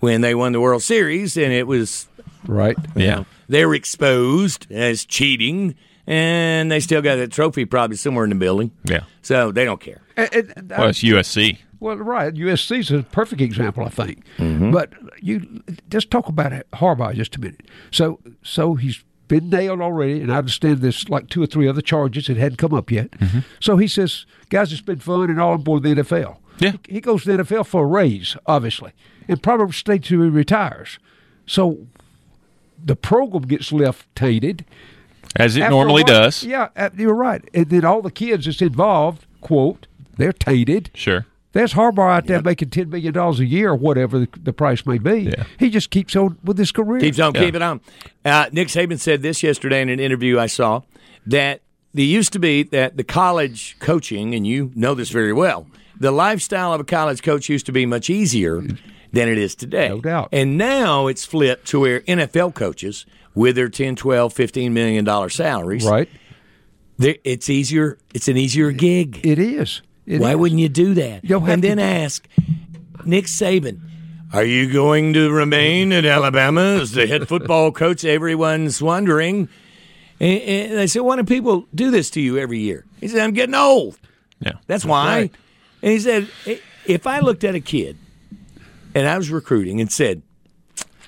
S4: when they won the World Series, and it was
S6: Right.
S5: Yeah.
S4: they were exposed as cheating, and they still got that trophy probably somewhere in the building.
S5: Yeah.
S4: So they don't care.
S6: And- and- uh,
S5: Well, it's USC.
S6: Well, right. USC's a perfect example, I think. But you just talk about it, Harbaugh just a minute. So, so he's been nailed already, and I understand there's like two or three other charges that hadn't come up yet. So he says, "Guys, it's been fun, and all on board the NFL."
S5: Yeah.
S6: He, he goes to the NFL for a raise, obviously, and probably stays till he retires. So the program gets left tainted.
S5: As it
S6: After a
S5: normally
S6: while-
S5: does.
S6: Yeah, uh, you're right. And then all the kids that's involved, quote, they're tainted.
S5: Sure.
S6: There's Harbaugh out there making ten million dollars a year, or whatever the, the price may be.
S5: Yeah.
S6: He just keeps on with his career.
S4: Keeps on, keep it on. Uh, Nick Saban said this yesterday in an interview I saw that there used to be that the college coaching, and you know this very well, the lifestyle of a college coach used to be much easier than it is today.
S6: No doubt.
S4: And now it's flipped to where NFL coaches, with their 10, 12, 15 million dollar salaries,
S6: right.
S4: they're- it's easier. It's an easier gig.
S6: It is. It
S4: Why
S6: is.
S4: wouldn't you do that?
S6: You'll have
S4: and then
S6: to-
S4: ask Nick Saban, Are you going to remain in Alabama as the head football coach? Everyone's wondering. And, and they said, Why do people do this to you every year? He said, I'm getting old.
S5: Yeah.
S4: That's why. And he said, "I- If I looked at a kid and I was recruiting and said,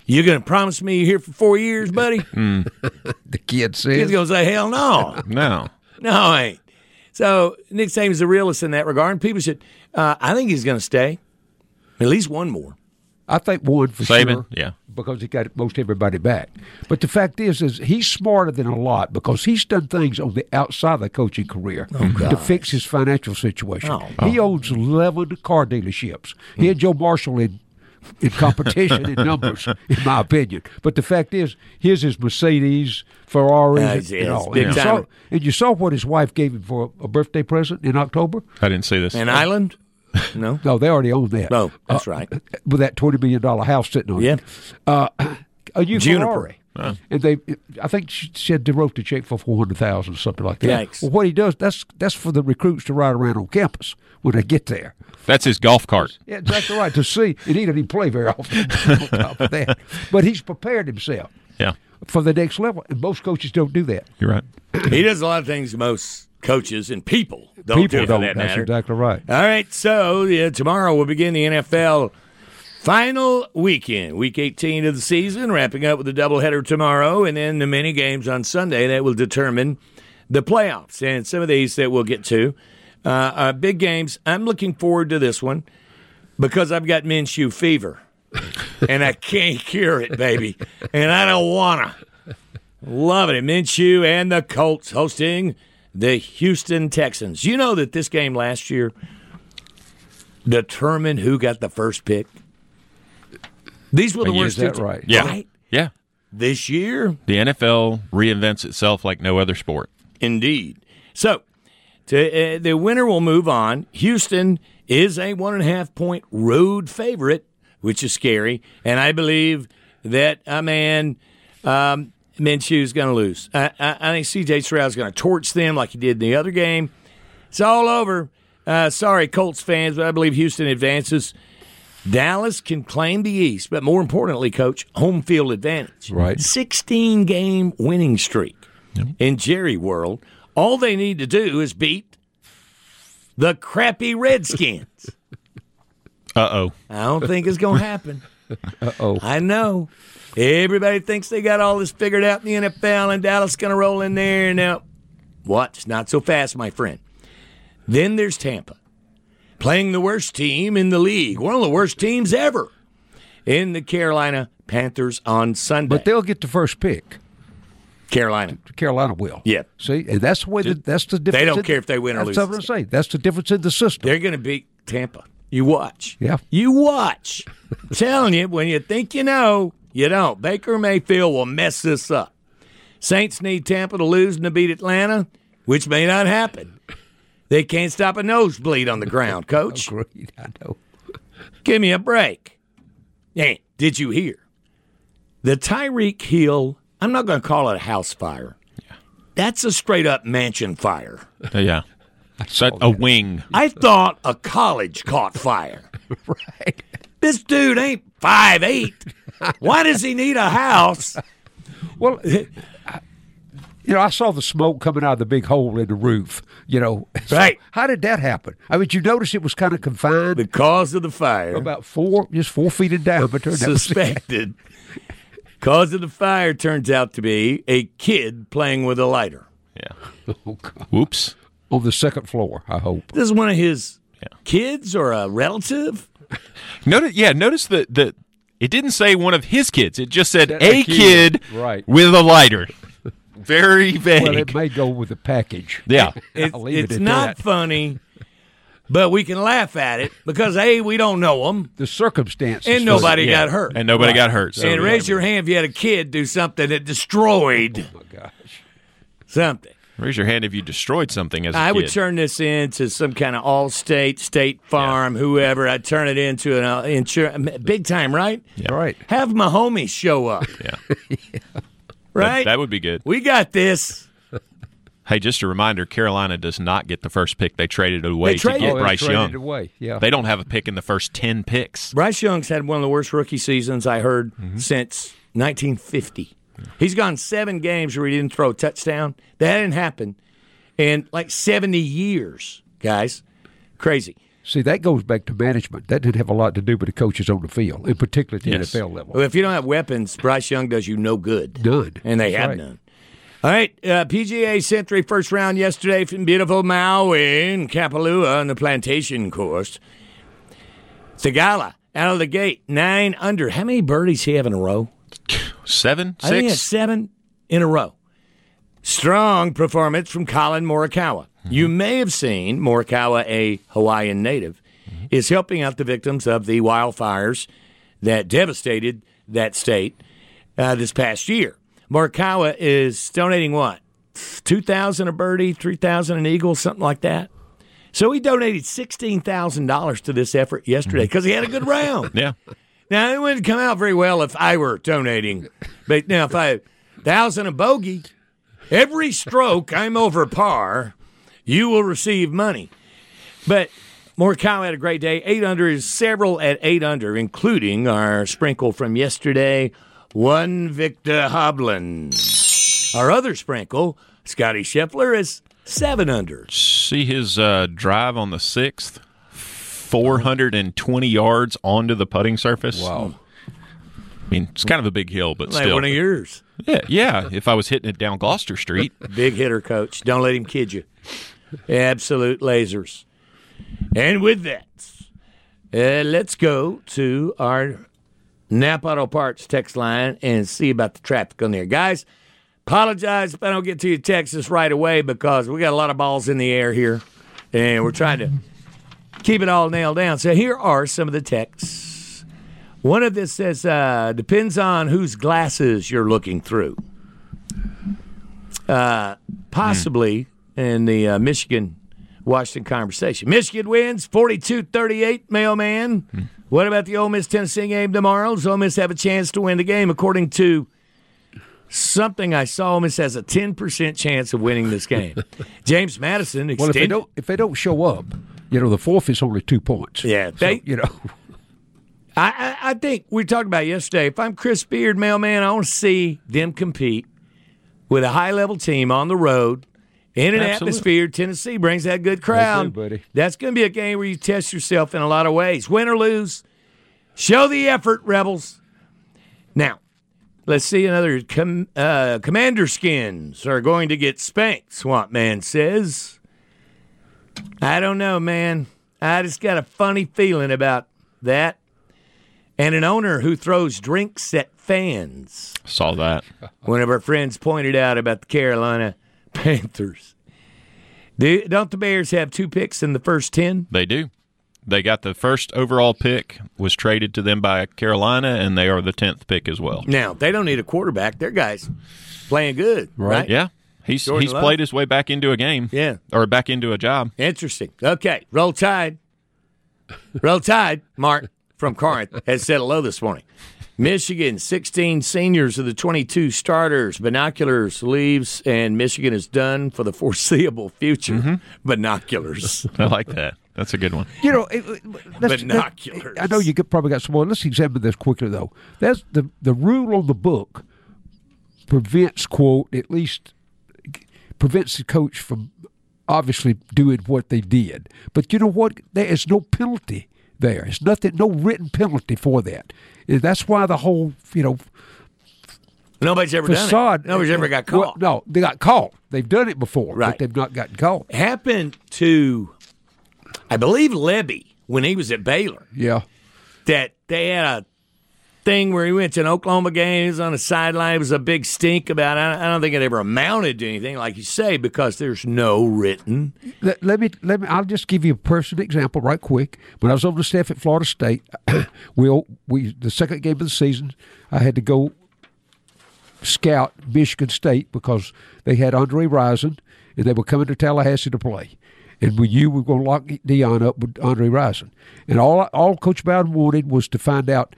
S4: You're going to promise me you're here for four years, buddy?
S6: the kid
S4: Kid's
S6: says.
S4: going to say, Hell no.
S5: No.
S4: No, I ain't. So Nick Saban's the realist in that regard. And people should. Uh, I think he's going to stay at least one more.
S6: I think Wood for
S5: Saban,
S6: sure.
S5: yeah.
S6: Because he got most everybody back. But the fact is, is he's smarter than a lot because he's done things on the outside of the coaching career
S4: Oh,
S6: to fix his financial situation. He owns 11 car dealerships. He and Joe Marshall in, in competition in numbers, in my opinion. But the fact is, his is Mercedes, Ferraris,
S4: Uh, it's-
S6: and- and,
S4: it's
S6: all.
S4: big
S6: and, you saw,
S4: time.
S6: and you saw what his wife gave him for a birthday present in October?
S5: I didn't see this.
S4: An island? No.
S6: No, they already own that. Uh,
S4: No, that's right.
S6: with that twenty million dollar house sitting on
S4: Yeah.
S6: it. Uh, a new
S4: Juniper.
S6: Ferrari. And they, I think she said they wrote the check for four hundred thousand, something like that.
S4: Yikes.
S6: Well, what he does, that's that's for the recruits to ride around on campus when they get there.
S5: That's his golf cart.
S6: Yeah, exactly right. To see, and he doesn't even play very often. on top of that, but he's prepared himself
S5: Yeah.
S6: for the next level, and most coaches don't do that.
S5: You're right.
S4: He does a lot of things most coaches and people don't
S6: People
S4: do for
S6: don't.
S4: that
S6: that's
S4: matter.
S6: exactly right.
S4: All right, so yeah, tomorrow we'll begin the NFL final weekend, week 18 of the season, wrapping up with a doubleheader tomorrow, and then the many games on Sunday that will determine the playoffs. And some of these that we'll get to uh, are big games. I'm looking forward to this one because I've got Minshew fever, and I can't cure it, baby, and I don't wanna. Love it. Minshew and the Colts hosting the Houston Texans. You know that this game last year determined who got the first pick. These were the worst.
S6: Is that
S4: two-
S6: right?
S5: Yeah.
S4: Right?
S5: Yeah.
S4: This year,
S5: The NFL reinvents itself like no other sport.
S4: Indeed. So, to, uh, the winner will move on. Houston is a one and a half point road favorite, which is scary. And I believe that a man, um, Minshew's going to lose. I, I, I think CJ Stroud's going to torch them like he did in the other game. It's all over. Uh, sorry, Colts fans, but I believe Houston advances. Dallas can claim the East, but more importantly, coach, home field advantage.
S6: Right.
S4: 16 game winning streak in Jerry World. All they need to do is beat the crappy Redskins.
S5: Uh oh.
S4: I don't think it's going to happen.
S6: Oh,
S4: I know. Everybody thinks they got all this figured out in the NFL and Dallas going to roll in there. Now, what? Not so fast, my friend. Then there's Tampa playing the worst team in the league, one of the worst teams ever in the Carolina Panthers on Sunday.
S6: but they'll get the first pick.
S4: Carolina.
S6: Carolina will.
S4: Yeah.
S6: See, and that's the way the, that's the difference.
S4: don't
S6: in-
S4: care if they win or lose.
S6: That's what I'm saying. That's the difference in the system.
S4: They're going to beat Tampa. You watch.
S6: Yeah.
S4: You watch. I'm telling you, when you think you know, you don't. Baker Mayfield will mess this up. Saints need Tampa to lose and to beat Atlanta, which may not happen. They can't stop a nosebleed on the ground, coach.
S6: Great, I know.
S4: Give me a break. Hey, did you hear? The Tyreek Hill, I'm not going to call it a house fire. That's a straight up mansion fire.
S5: Uh, Yeah. Such a wing.
S4: I thought a college caught fire.
S6: Right.
S4: This dude ain't five eight. Why does he need a house?
S6: Well, I, you know, I saw the smoke coming out of the big hole in the roof. You know, So
S4: Right.
S6: how did that happen? I mean, you notice it was kind of confined,
S4: Because of the fire.
S6: about four, just four feet in diameter. and that was it.
S4: Suspected. Cause of the fire turns out to be a kid playing with a lighter.
S5: Yeah. Whoops.
S6: on the second floor. I hope.
S4: This is one of his kids or a relative.
S5: Notice, yeah, notice that the it didn't say one of his kids. It just said
S6: Said
S5: a
S6: a
S5: kid,
S6: kid. Right.
S5: with a lighter. Very vague.
S6: Well, it may go with the package.
S5: yeah.
S4: It's,
S6: I'll leave it
S4: it's
S6: at
S4: not
S6: that.
S4: funny, but we can laugh at it because a we don't know them
S6: The circumstances.
S4: and
S6: was-
S4: nobody
S5: Yeah.
S4: got hurt.
S5: And nobody got hurt. So
S4: and raise your hand if you had a kid do something that destroyed something.
S5: raise your hand if you destroyed something as a
S4: I
S5: kid.
S4: would turn this into some kind of all-state, State Farm, whoever. I'd turn it into an uh, insur- big time, right?
S6: Right.
S4: Have my homies show up,
S5: yeah.
S4: right?
S5: That would be good.
S4: we got this.
S5: Hey, just a reminder: Carolina does not get the first pick. They traded away
S4: They traded-
S5: to get
S4: Oh, they
S5: Bryce
S4: traded
S5: Young.
S4: away, yeah.
S5: They don't have a pick in the first ten picks.
S4: Bryce Young's had one of the worst rookie seasons I heard
S5: Mm-hmm.
S4: since 1950. He's gone seven games where he didn't throw a touchdown. That didn't happen in like 70 years, guys. Crazy.
S6: See, that goes back to management. That didn't have a lot to do with the coaches on the field, in particular at the NFL level.
S4: Well, if you don't have weapons, Bryce Young does you no good.
S6: Good.
S4: And they
S6: That's
S4: have
S6: right.
S4: none. All right, uh, PGA Century first round yesterday from beautiful Maui and Kapalua on the plantation course. Segala out of the gate, nine under. How many birdies he have in a row?
S5: Seven,
S4: I think he has
S5: six.
S4: seven in a row. Strong performance from Colin Morikawa. You may have seen Morikawa, a Hawaiian native, is helping out the victims of the wildfires that devastated that state uh, this past year. Morikawa is donating what? 2,000 a birdie, 3,000 an eagle, something like that. So he donated $16,000 to this effort yesterday because he had a good round.
S5: Yeah.
S4: Now it wouldn't come out very well if I were donating, but now if I thousand a bogey, every stroke I'm over par, you will receive money. But Morikawa had a great day. Eight under is several at eight under, including our sprinkle from yesterday, one Victor Hovland. Our other sprinkle, Scotty Scheffler, is seven under.
S5: See his uh, drive on the sixth, four hundred and twenty yards onto the putting surface. Wow. I mean, it's kind of a big hill, but
S4: Hmm. Like
S5: still.
S4: one of yours.
S5: Yeah, yeah. If I was hitting it down Gloucester Street,
S4: Big hitter, coach. Don't let him kid you. Absolute lasers. And with that, uh, let's go to our Nap Auto Parts text line and see about the traffic on there. Guys, apologize if I don't get to your Texas right away because we got a lot of balls in the air here and we're trying to keep it all nailed down. So here are some of the texts. One of this says, uh, depends on whose glasses you're looking through uh, possibly
S6: Hmm.
S4: in the uh, Michigan Washington conversation. Michigan wins 42 38, mailman.
S6: Hmm.
S4: What about the Ole Miss Tennessee game tomorrow? Does Ole Miss have a chance to win the game? According to something I saw, Ole Miss has a 10% chance of winning this game. James Madison
S6: Well, if they
S4: extended.
S6: don't if they don't show up, you know the fourth is only two points.
S4: Yeah, they-
S6: so, you know
S4: I, I, I think we talked about it yesterday. If I'm Chris Beard, mailman, I want to see them compete with a high level team on the road in an
S6: Absolutely.
S4: atmosphere. Tennessee brings that good crowd.
S6: buddy.
S4: That's going to be a game where you test yourself in a lot of ways. Win or lose, show the effort, Rebels. Now, let's see another. Com- uh, Commander skins are going to get spanked, Swamp Man says. I don't know, man. I just got a funny feeling about that. And an owner who throws drinks at fans.
S5: saw that.
S4: One of our friends pointed out about the Carolina Panthers. Do, don't the Bears have two picks in the first 10?
S5: They do. They got the first overall pick was traded to them by Carolina, and they are the tenth pick as well.
S4: Now, they don't need a quarterback. Their guys playing good, right?
S5: Yeah, he's
S4: Jordan
S5: he's
S4: Love.
S5: played his way back into a game.
S4: Yeah.
S5: or back into a job.
S4: Interesting. Okay. Roll Tide. Roll Tide, Mark from Corinth, has said hello this morning. Michigan, 16 seniors of the 22 starters. Binoculars leaves, and Michigan is done for the foreseeable future.
S6: Mm-hmm.
S4: Binoculars.
S5: I like that. That's a good one.
S6: you know it, it- let's-
S4: Binoculars.
S6: I know you could probably got some more. Let's examine this quickly though. That's the the rule on the book prevents quote at least prevents the coach from obviously doing what they did. But you know what? There is no penalty there. It's nothing. No written penalty for that. And That's why the whole you know
S4: Nobody's ever
S6: facade.
S4: done it. Nobody's ever got
S6: Well,
S4: caught.
S6: no, they got caught. They've done it before,
S4: Right.
S6: but they've not gotten caught.
S4: Happened to, I believe, Levy when he was at Baylor.
S6: Yeah.
S4: that they had a thing where he went to an Oklahoma game. He was on the sideline. It was a big stink about. It. I don't- I don't think it ever amounted to anything, like you say, because there's no written.
S6: let, let me let me. I'll just give you a personal example right quick. When I was on the staff at Florida State, we all- we the second game of the season, I had to go scout Michigan State because they had Andre Rison and they were coming to Tallahassee to play, And with you, we were going to lock Dion up with Andre Rison. And all all Coach Bowden wanted was to find out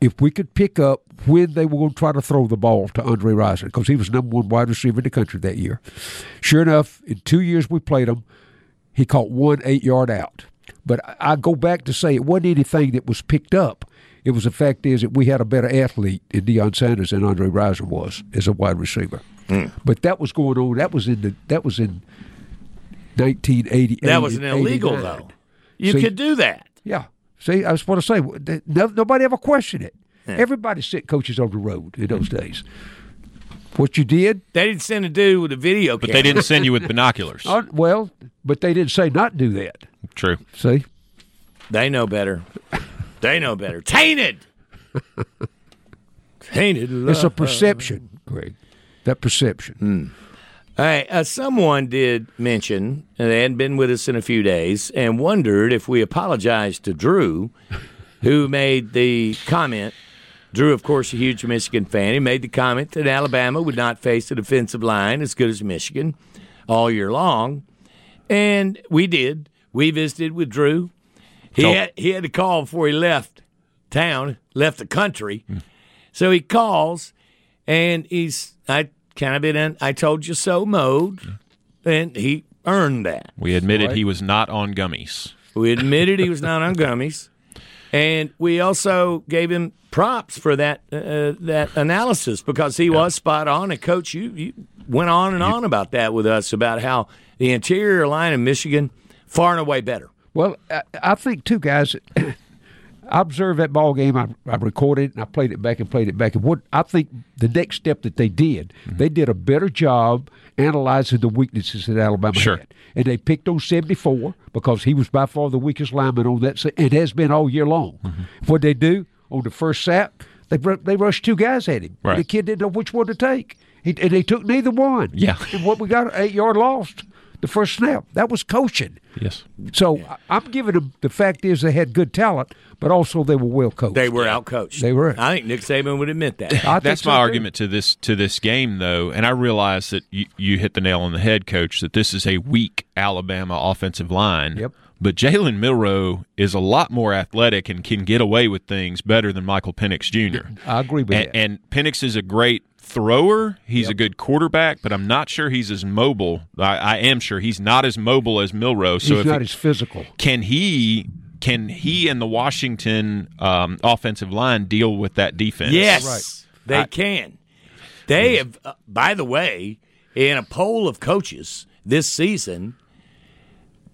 S6: if we could pick up when they were going to try to throw the ball to Andre Rison because he was number one wide receiver in the country that year. Sure enough, in two years we played him, he caught one eight yard out. But I- I go back to say it wasn't anything that was picked up. It was the fact is that we had a better athlete in Deion Sanders than Andre Rison was as a wide receiver. But that was going on. That was in the. That was in 1980.
S4: That was an illegal,
S6: 89.
S4: though. You
S6: See-
S4: could do that.
S6: Yeah. See, I just want to say that no, nobody ever questioned it. Everybody sent coaches on the road in those days. What you did,
S4: They didn't send a dude with a video
S5: But
S4: camera.
S5: they didn't send you with binoculars.
S4: Oh.
S6: uh, well, but they didn't say not do that.
S5: True.
S6: See,
S4: They know better. They know better. Tainted. Tainted.
S6: it's a
S4: love.
S6: perception, Greg. That perception.
S4: All right, uh, someone did mention, and they hadn't been with us in a few days, and wondered if we apologized to Drew, who made the comment. Drew, of course, a huge Michigan fan. He made the comment that Alabama would not face a defensive line as good as Michigan all year long. And we did. We visited with Drew. He,
S5: Oh.
S4: had, he had to call before he left town, left the country. So he calls and he's I kind of been in I told you so mode, and he earned that.
S5: We admitted he was not on gummies.
S4: We admitted he was not on gummies, and we also gave him props for that uh, that analysis because he was spot on. And coach, you, you went on and on about that with us about how the interior line in Michigan far and away better.
S6: Well, I, I think too, guys. I observed that ball game. I, I recorded it and I played it back and played it back. And what I think the next step that they did,
S5: Mm-hmm.
S6: they did a better job analyzing the weaknesses that Alabama
S5: Sure.
S6: had, and they picked on seventy four because he was by far the weakest lineman on that, se- and has been all year long.
S5: Mm-hmm.
S6: What they do on the first sack, they br- they rushed two guys at him.
S5: Right.
S6: The kid didn't know which one to take, he, and they took neither one.
S5: Yeah.
S6: and what we got eight yard loss, the first snap. That was coaching.
S5: Yes.
S6: So I- I'm giving them the fact is they had good talent, but also they were well coached.
S4: They were outcoached.
S6: They were.
S4: I think Nick Saban would admit that.
S6: I think
S5: That's
S6: so,
S5: my
S6: too.
S5: argument to this to this game, though, and I realize that you, you hit the nail on the head, Coach. That this is a weak Alabama offensive line.
S6: Yep.
S5: But Jalen Milrow is a lot more athletic and can get away with things better than Michael Penix Jr.
S6: I agree with
S5: and,
S6: that.
S5: and Penix is a great thrower. He's a good quarterback, but I'm not sure he's as mobile. I, I am sure he's not as mobile as Milrow. So
S6: He's
S5: if
S6: not
S5: he-
S6: as physical.
S5: can he can he and the Washington um, offensive line deal with that defense?
S4: Yes, they can.
S6: Hmm.
S4: They have, uh, by the way, in a poll of coaches this season,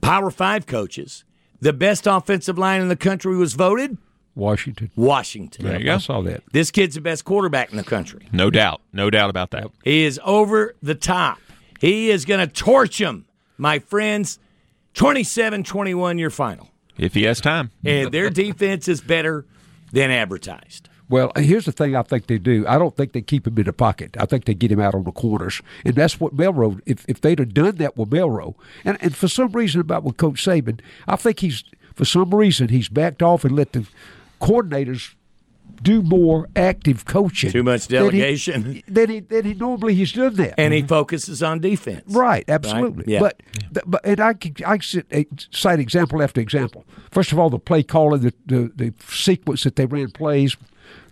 S4: Power Five coaches, the best offensive line in the country was voted
S6: Washington.
S4: Washington.
S5: There you go.
S6: I saw that.
S4: This kid's the best quarterback in the country.
S5: No doubt. No doubt about that.
S4: He is over the top. He is going to torch him, my friends. 27 21 your final.
S5: If he has time.
S4: And their defense is better than advertised.
S6: Well, here's the thing I think they do. I don't think they keep him in the pocket. I think they get him out on the corners. And that's what Melrose, if, if they'd have done that with Melrose, and, and for some reason about with Coach Saban, I think he's, for some reason, he's backed off and let the coordinators do more active coaching.
S4: Too much
S6: than he-
S4: delegation.
S6: Than he, than he normally he's done that.
S4: And he focuses on defense.
S6: Mm-hmm. Right, absolutely.
S4: Yeah.
S6: But, th- but and I can I can sit, eh, cite example after example. First of all, the play calling, the the, the sequence that they ran plays,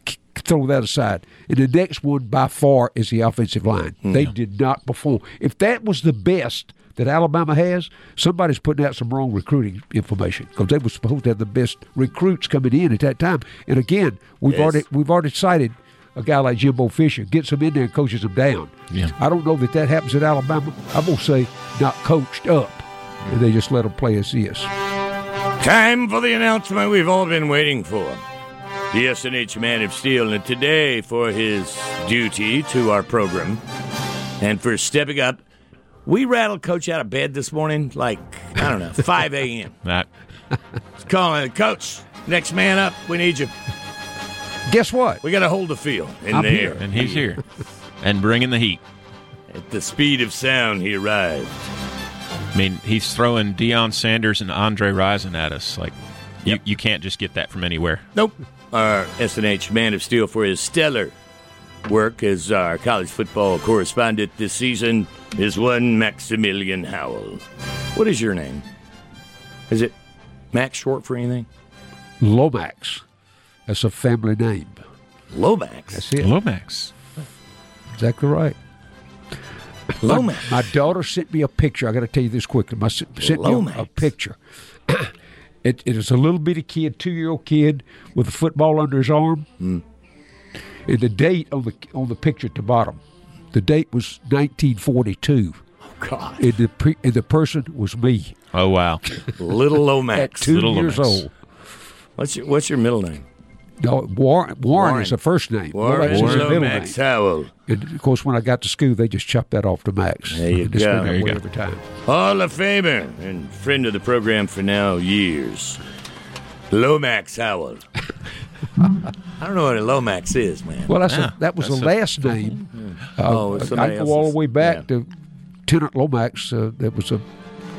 S6: k- throw that aside. And the next one by far is the offensive line.
S4: Hmm.
S6: They did not perform. If that was the best that Alabama has, somebody's putting out some wrong recruiting information because they were supposed to have the best recruits coming in at that time. And again, we've
S4: Yes.
S6: already we've already cited. A guy like Jimbo Fisher gets them in there and coaches them down.
S5: Yeah.
S6: I don't know that that happens at Alabama. I'm going to say not coached up. And they just let them play as is.
S4: Time for the announcement we've all been waiting for. The SNH Man of Steel, and today for his duty to our program and for stepping up, we rattled Coach out of bed this morning, like, I don't know, 5 a.m.
S5: That,
S4: He's calling, Coach, next man up, we need you.
S6: Guess what?
S4: We got to hold the field in
S6: I'm
S4: the
S6: here.
S4: air.
S5: and he's here. And bringing the heat.
S4: At the speed of sound, he arrived.
S5: I mean, he's throwing Deion Sanders and Andre Rison at us. Like, you, you can't just get that from anywhere.
S4: Nope. Our SNH Man of Steel for his stellar work as our college football correspondent this season is one Maximilian Howell. What is your name? Is it Max short for anything?
S6: Lomax. That's a family name.
S4: Lomax.
S6: That's it.
S5: Lomax.
S6: Exactly right. My-
S4: Lomax.
S6: My, daughter sent me a picture. I got to tell you this quickly. My si- sent me a- a,
S4: Lomax.
S6: picture. it, it is a little bitty kid, two year old kid, with a football under his arm. And the date on the on the picture at the bottom, the date was 1942.
S4: God.
S6: And the pre, and the person was me
S5: Oh wow.
S4: Little
S6: at
S4: Lomax.
S6: two
S5: Little
S6: years
S5: Lomax.
S6: old.
S4: What's your What's your middle name?
S6: No, Warren, Warren, is the first name. Lomax is the middle name.
S4: Lomax Howell.
S6: And of course, when I got to school, they just chopped that off to Max.
S4: There you
S6: Just
S4: go.
S6: went that
S4: There you
S6: way
S5: go.
S6: Every time.
S4: Hall of Famer and friend of the program for now years. Lomax Howell. I don't know what a Lomax is, man.
S6: Well, that's
S5: Yeah,
S6: a, that was the
S5: that's a-
S6: last name.
S4: Oh, it's
S6: I
S4: somebody
S6: Uh, go all
S4: else's.
S6: the way back
S4: Yeah.
S6: to Tenant Lomax. Uh, that was a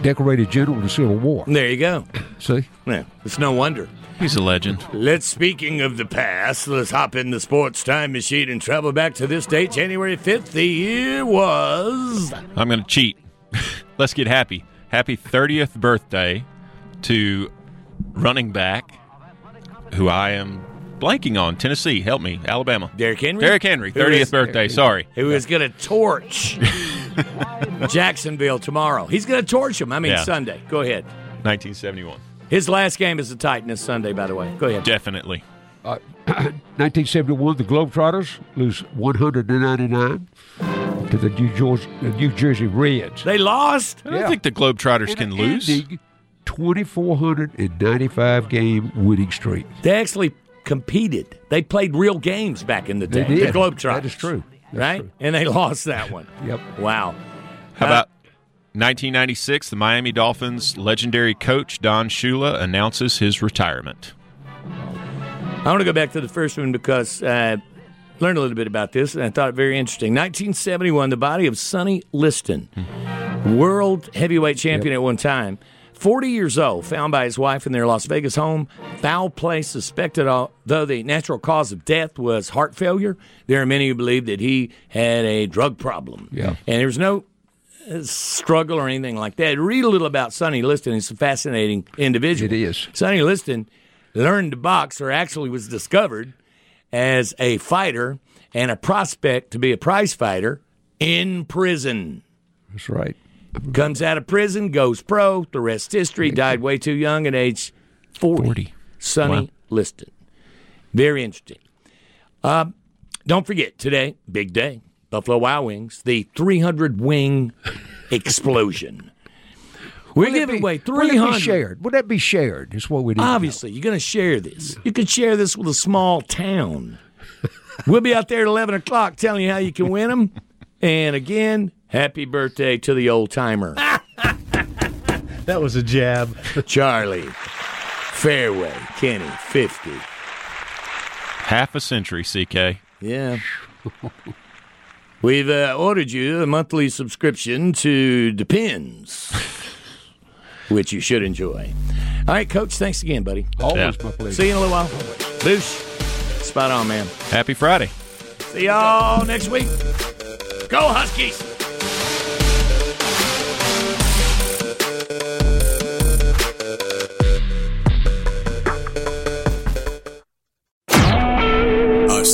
S6: decorated general in the Civil War.
S4: There you go.
S6: See,
S4: Yeah, it's no wonder.
S5: He's a legend.
S4: Let's speaking of the past, let's hop in the sports time machine and travel back to this date, January 5th. The year was
S5: I'm going to cheat. Let's get happy. Happy 30th birthday to running back who I am blanking on. Tennessee, help me. Alabama.
S4: Derrick Henry.
S5: Derrick Henry,
S4: Who
S5: 30th
S4: is-
S5: birthday. Sorry.
S4: Who is going to torch Jacksonville tomorrow? He's going to torch him. I mean,
S5: Yeah.
S4: Sunday. Go ahead.
S5: 1971.
S4: His last game is the Titan this Sunday, by the way. Go ahead.
S5: Definitely.
S6: 1971, Uh, the Globetrotters lose 199 to the New, George, the New Jersey Reds.
S4: They lost.
S5: I don't
S6: Yeah.
S5: think the Globetrotters can
S6: In
S5: lose.
S6: ending 2,495 game winning streak.
S4: They actually competed. They played real games back in the day.
S6: They did.
S4: The Globetrotters.
S6: That is true. That's
S4: right?
S6: true.
S4: And they lost that one.
S6: Yep.
S4: Wow.
S5: How about 1996? The Miami Dolphins legendary coach Don Shula announces his retirement.
S4: I want to go back to the first one because I learned a little bit about this and I thought it very interesting. 1971, the body of Sonny Liston, world heavyweight champion at one time, 40 years old, found by his wife in their Las Vegas home. Foul play suspected, although the natural cause of death was heart failure. There are many who believe that he had a drug problem.
S6: Yeah.
S4: And there was no struggle or anything like that. Read a little about Sonny Liston. He's a fascinating individual.
S6: It is.
S4: Sonny Liston learned to box, or actually was discovered as a fighter and a prospect to be a prize fighter in prison.
S6: That's right.
S4: Comes out of prison, goes pro. The rest history. Died way too young at age 40.
S5: 40.
S4: Sonny
S5: Wow.
S4: Liston. Very interesting. Uh, don't forget, today, big day. Buffalo Wild Wings, the 300 wing explosion. We're
S6: Would it
S4: giving
S6: be-
S4: away
S6: Would that
S4: 300.
S6: be shared? Would that be shared? Is what we need. to know.
S4: Obviously, you're going to share this. You could share this with a small town. we'll be out there at 11 o'clock telling you how you can win them. And again, happy birthday to the old timer,
S10: That was a jab.
S4: Charlie. Fairway, Kenny, 50.
S5: Half a century, CK.
S4: Yeah. We've uh, ordered you a monthly subscription to Depends, which you should enjoy. All right, Coach, thanks again, buddy.
S6: Always
S5: Yeah.
S6: my pleasure.
S4: See you in a little while. Boosh. Spot on, man.
S5: Happy Friday.
S4: See y'all next week. Go Huskies!
S3: A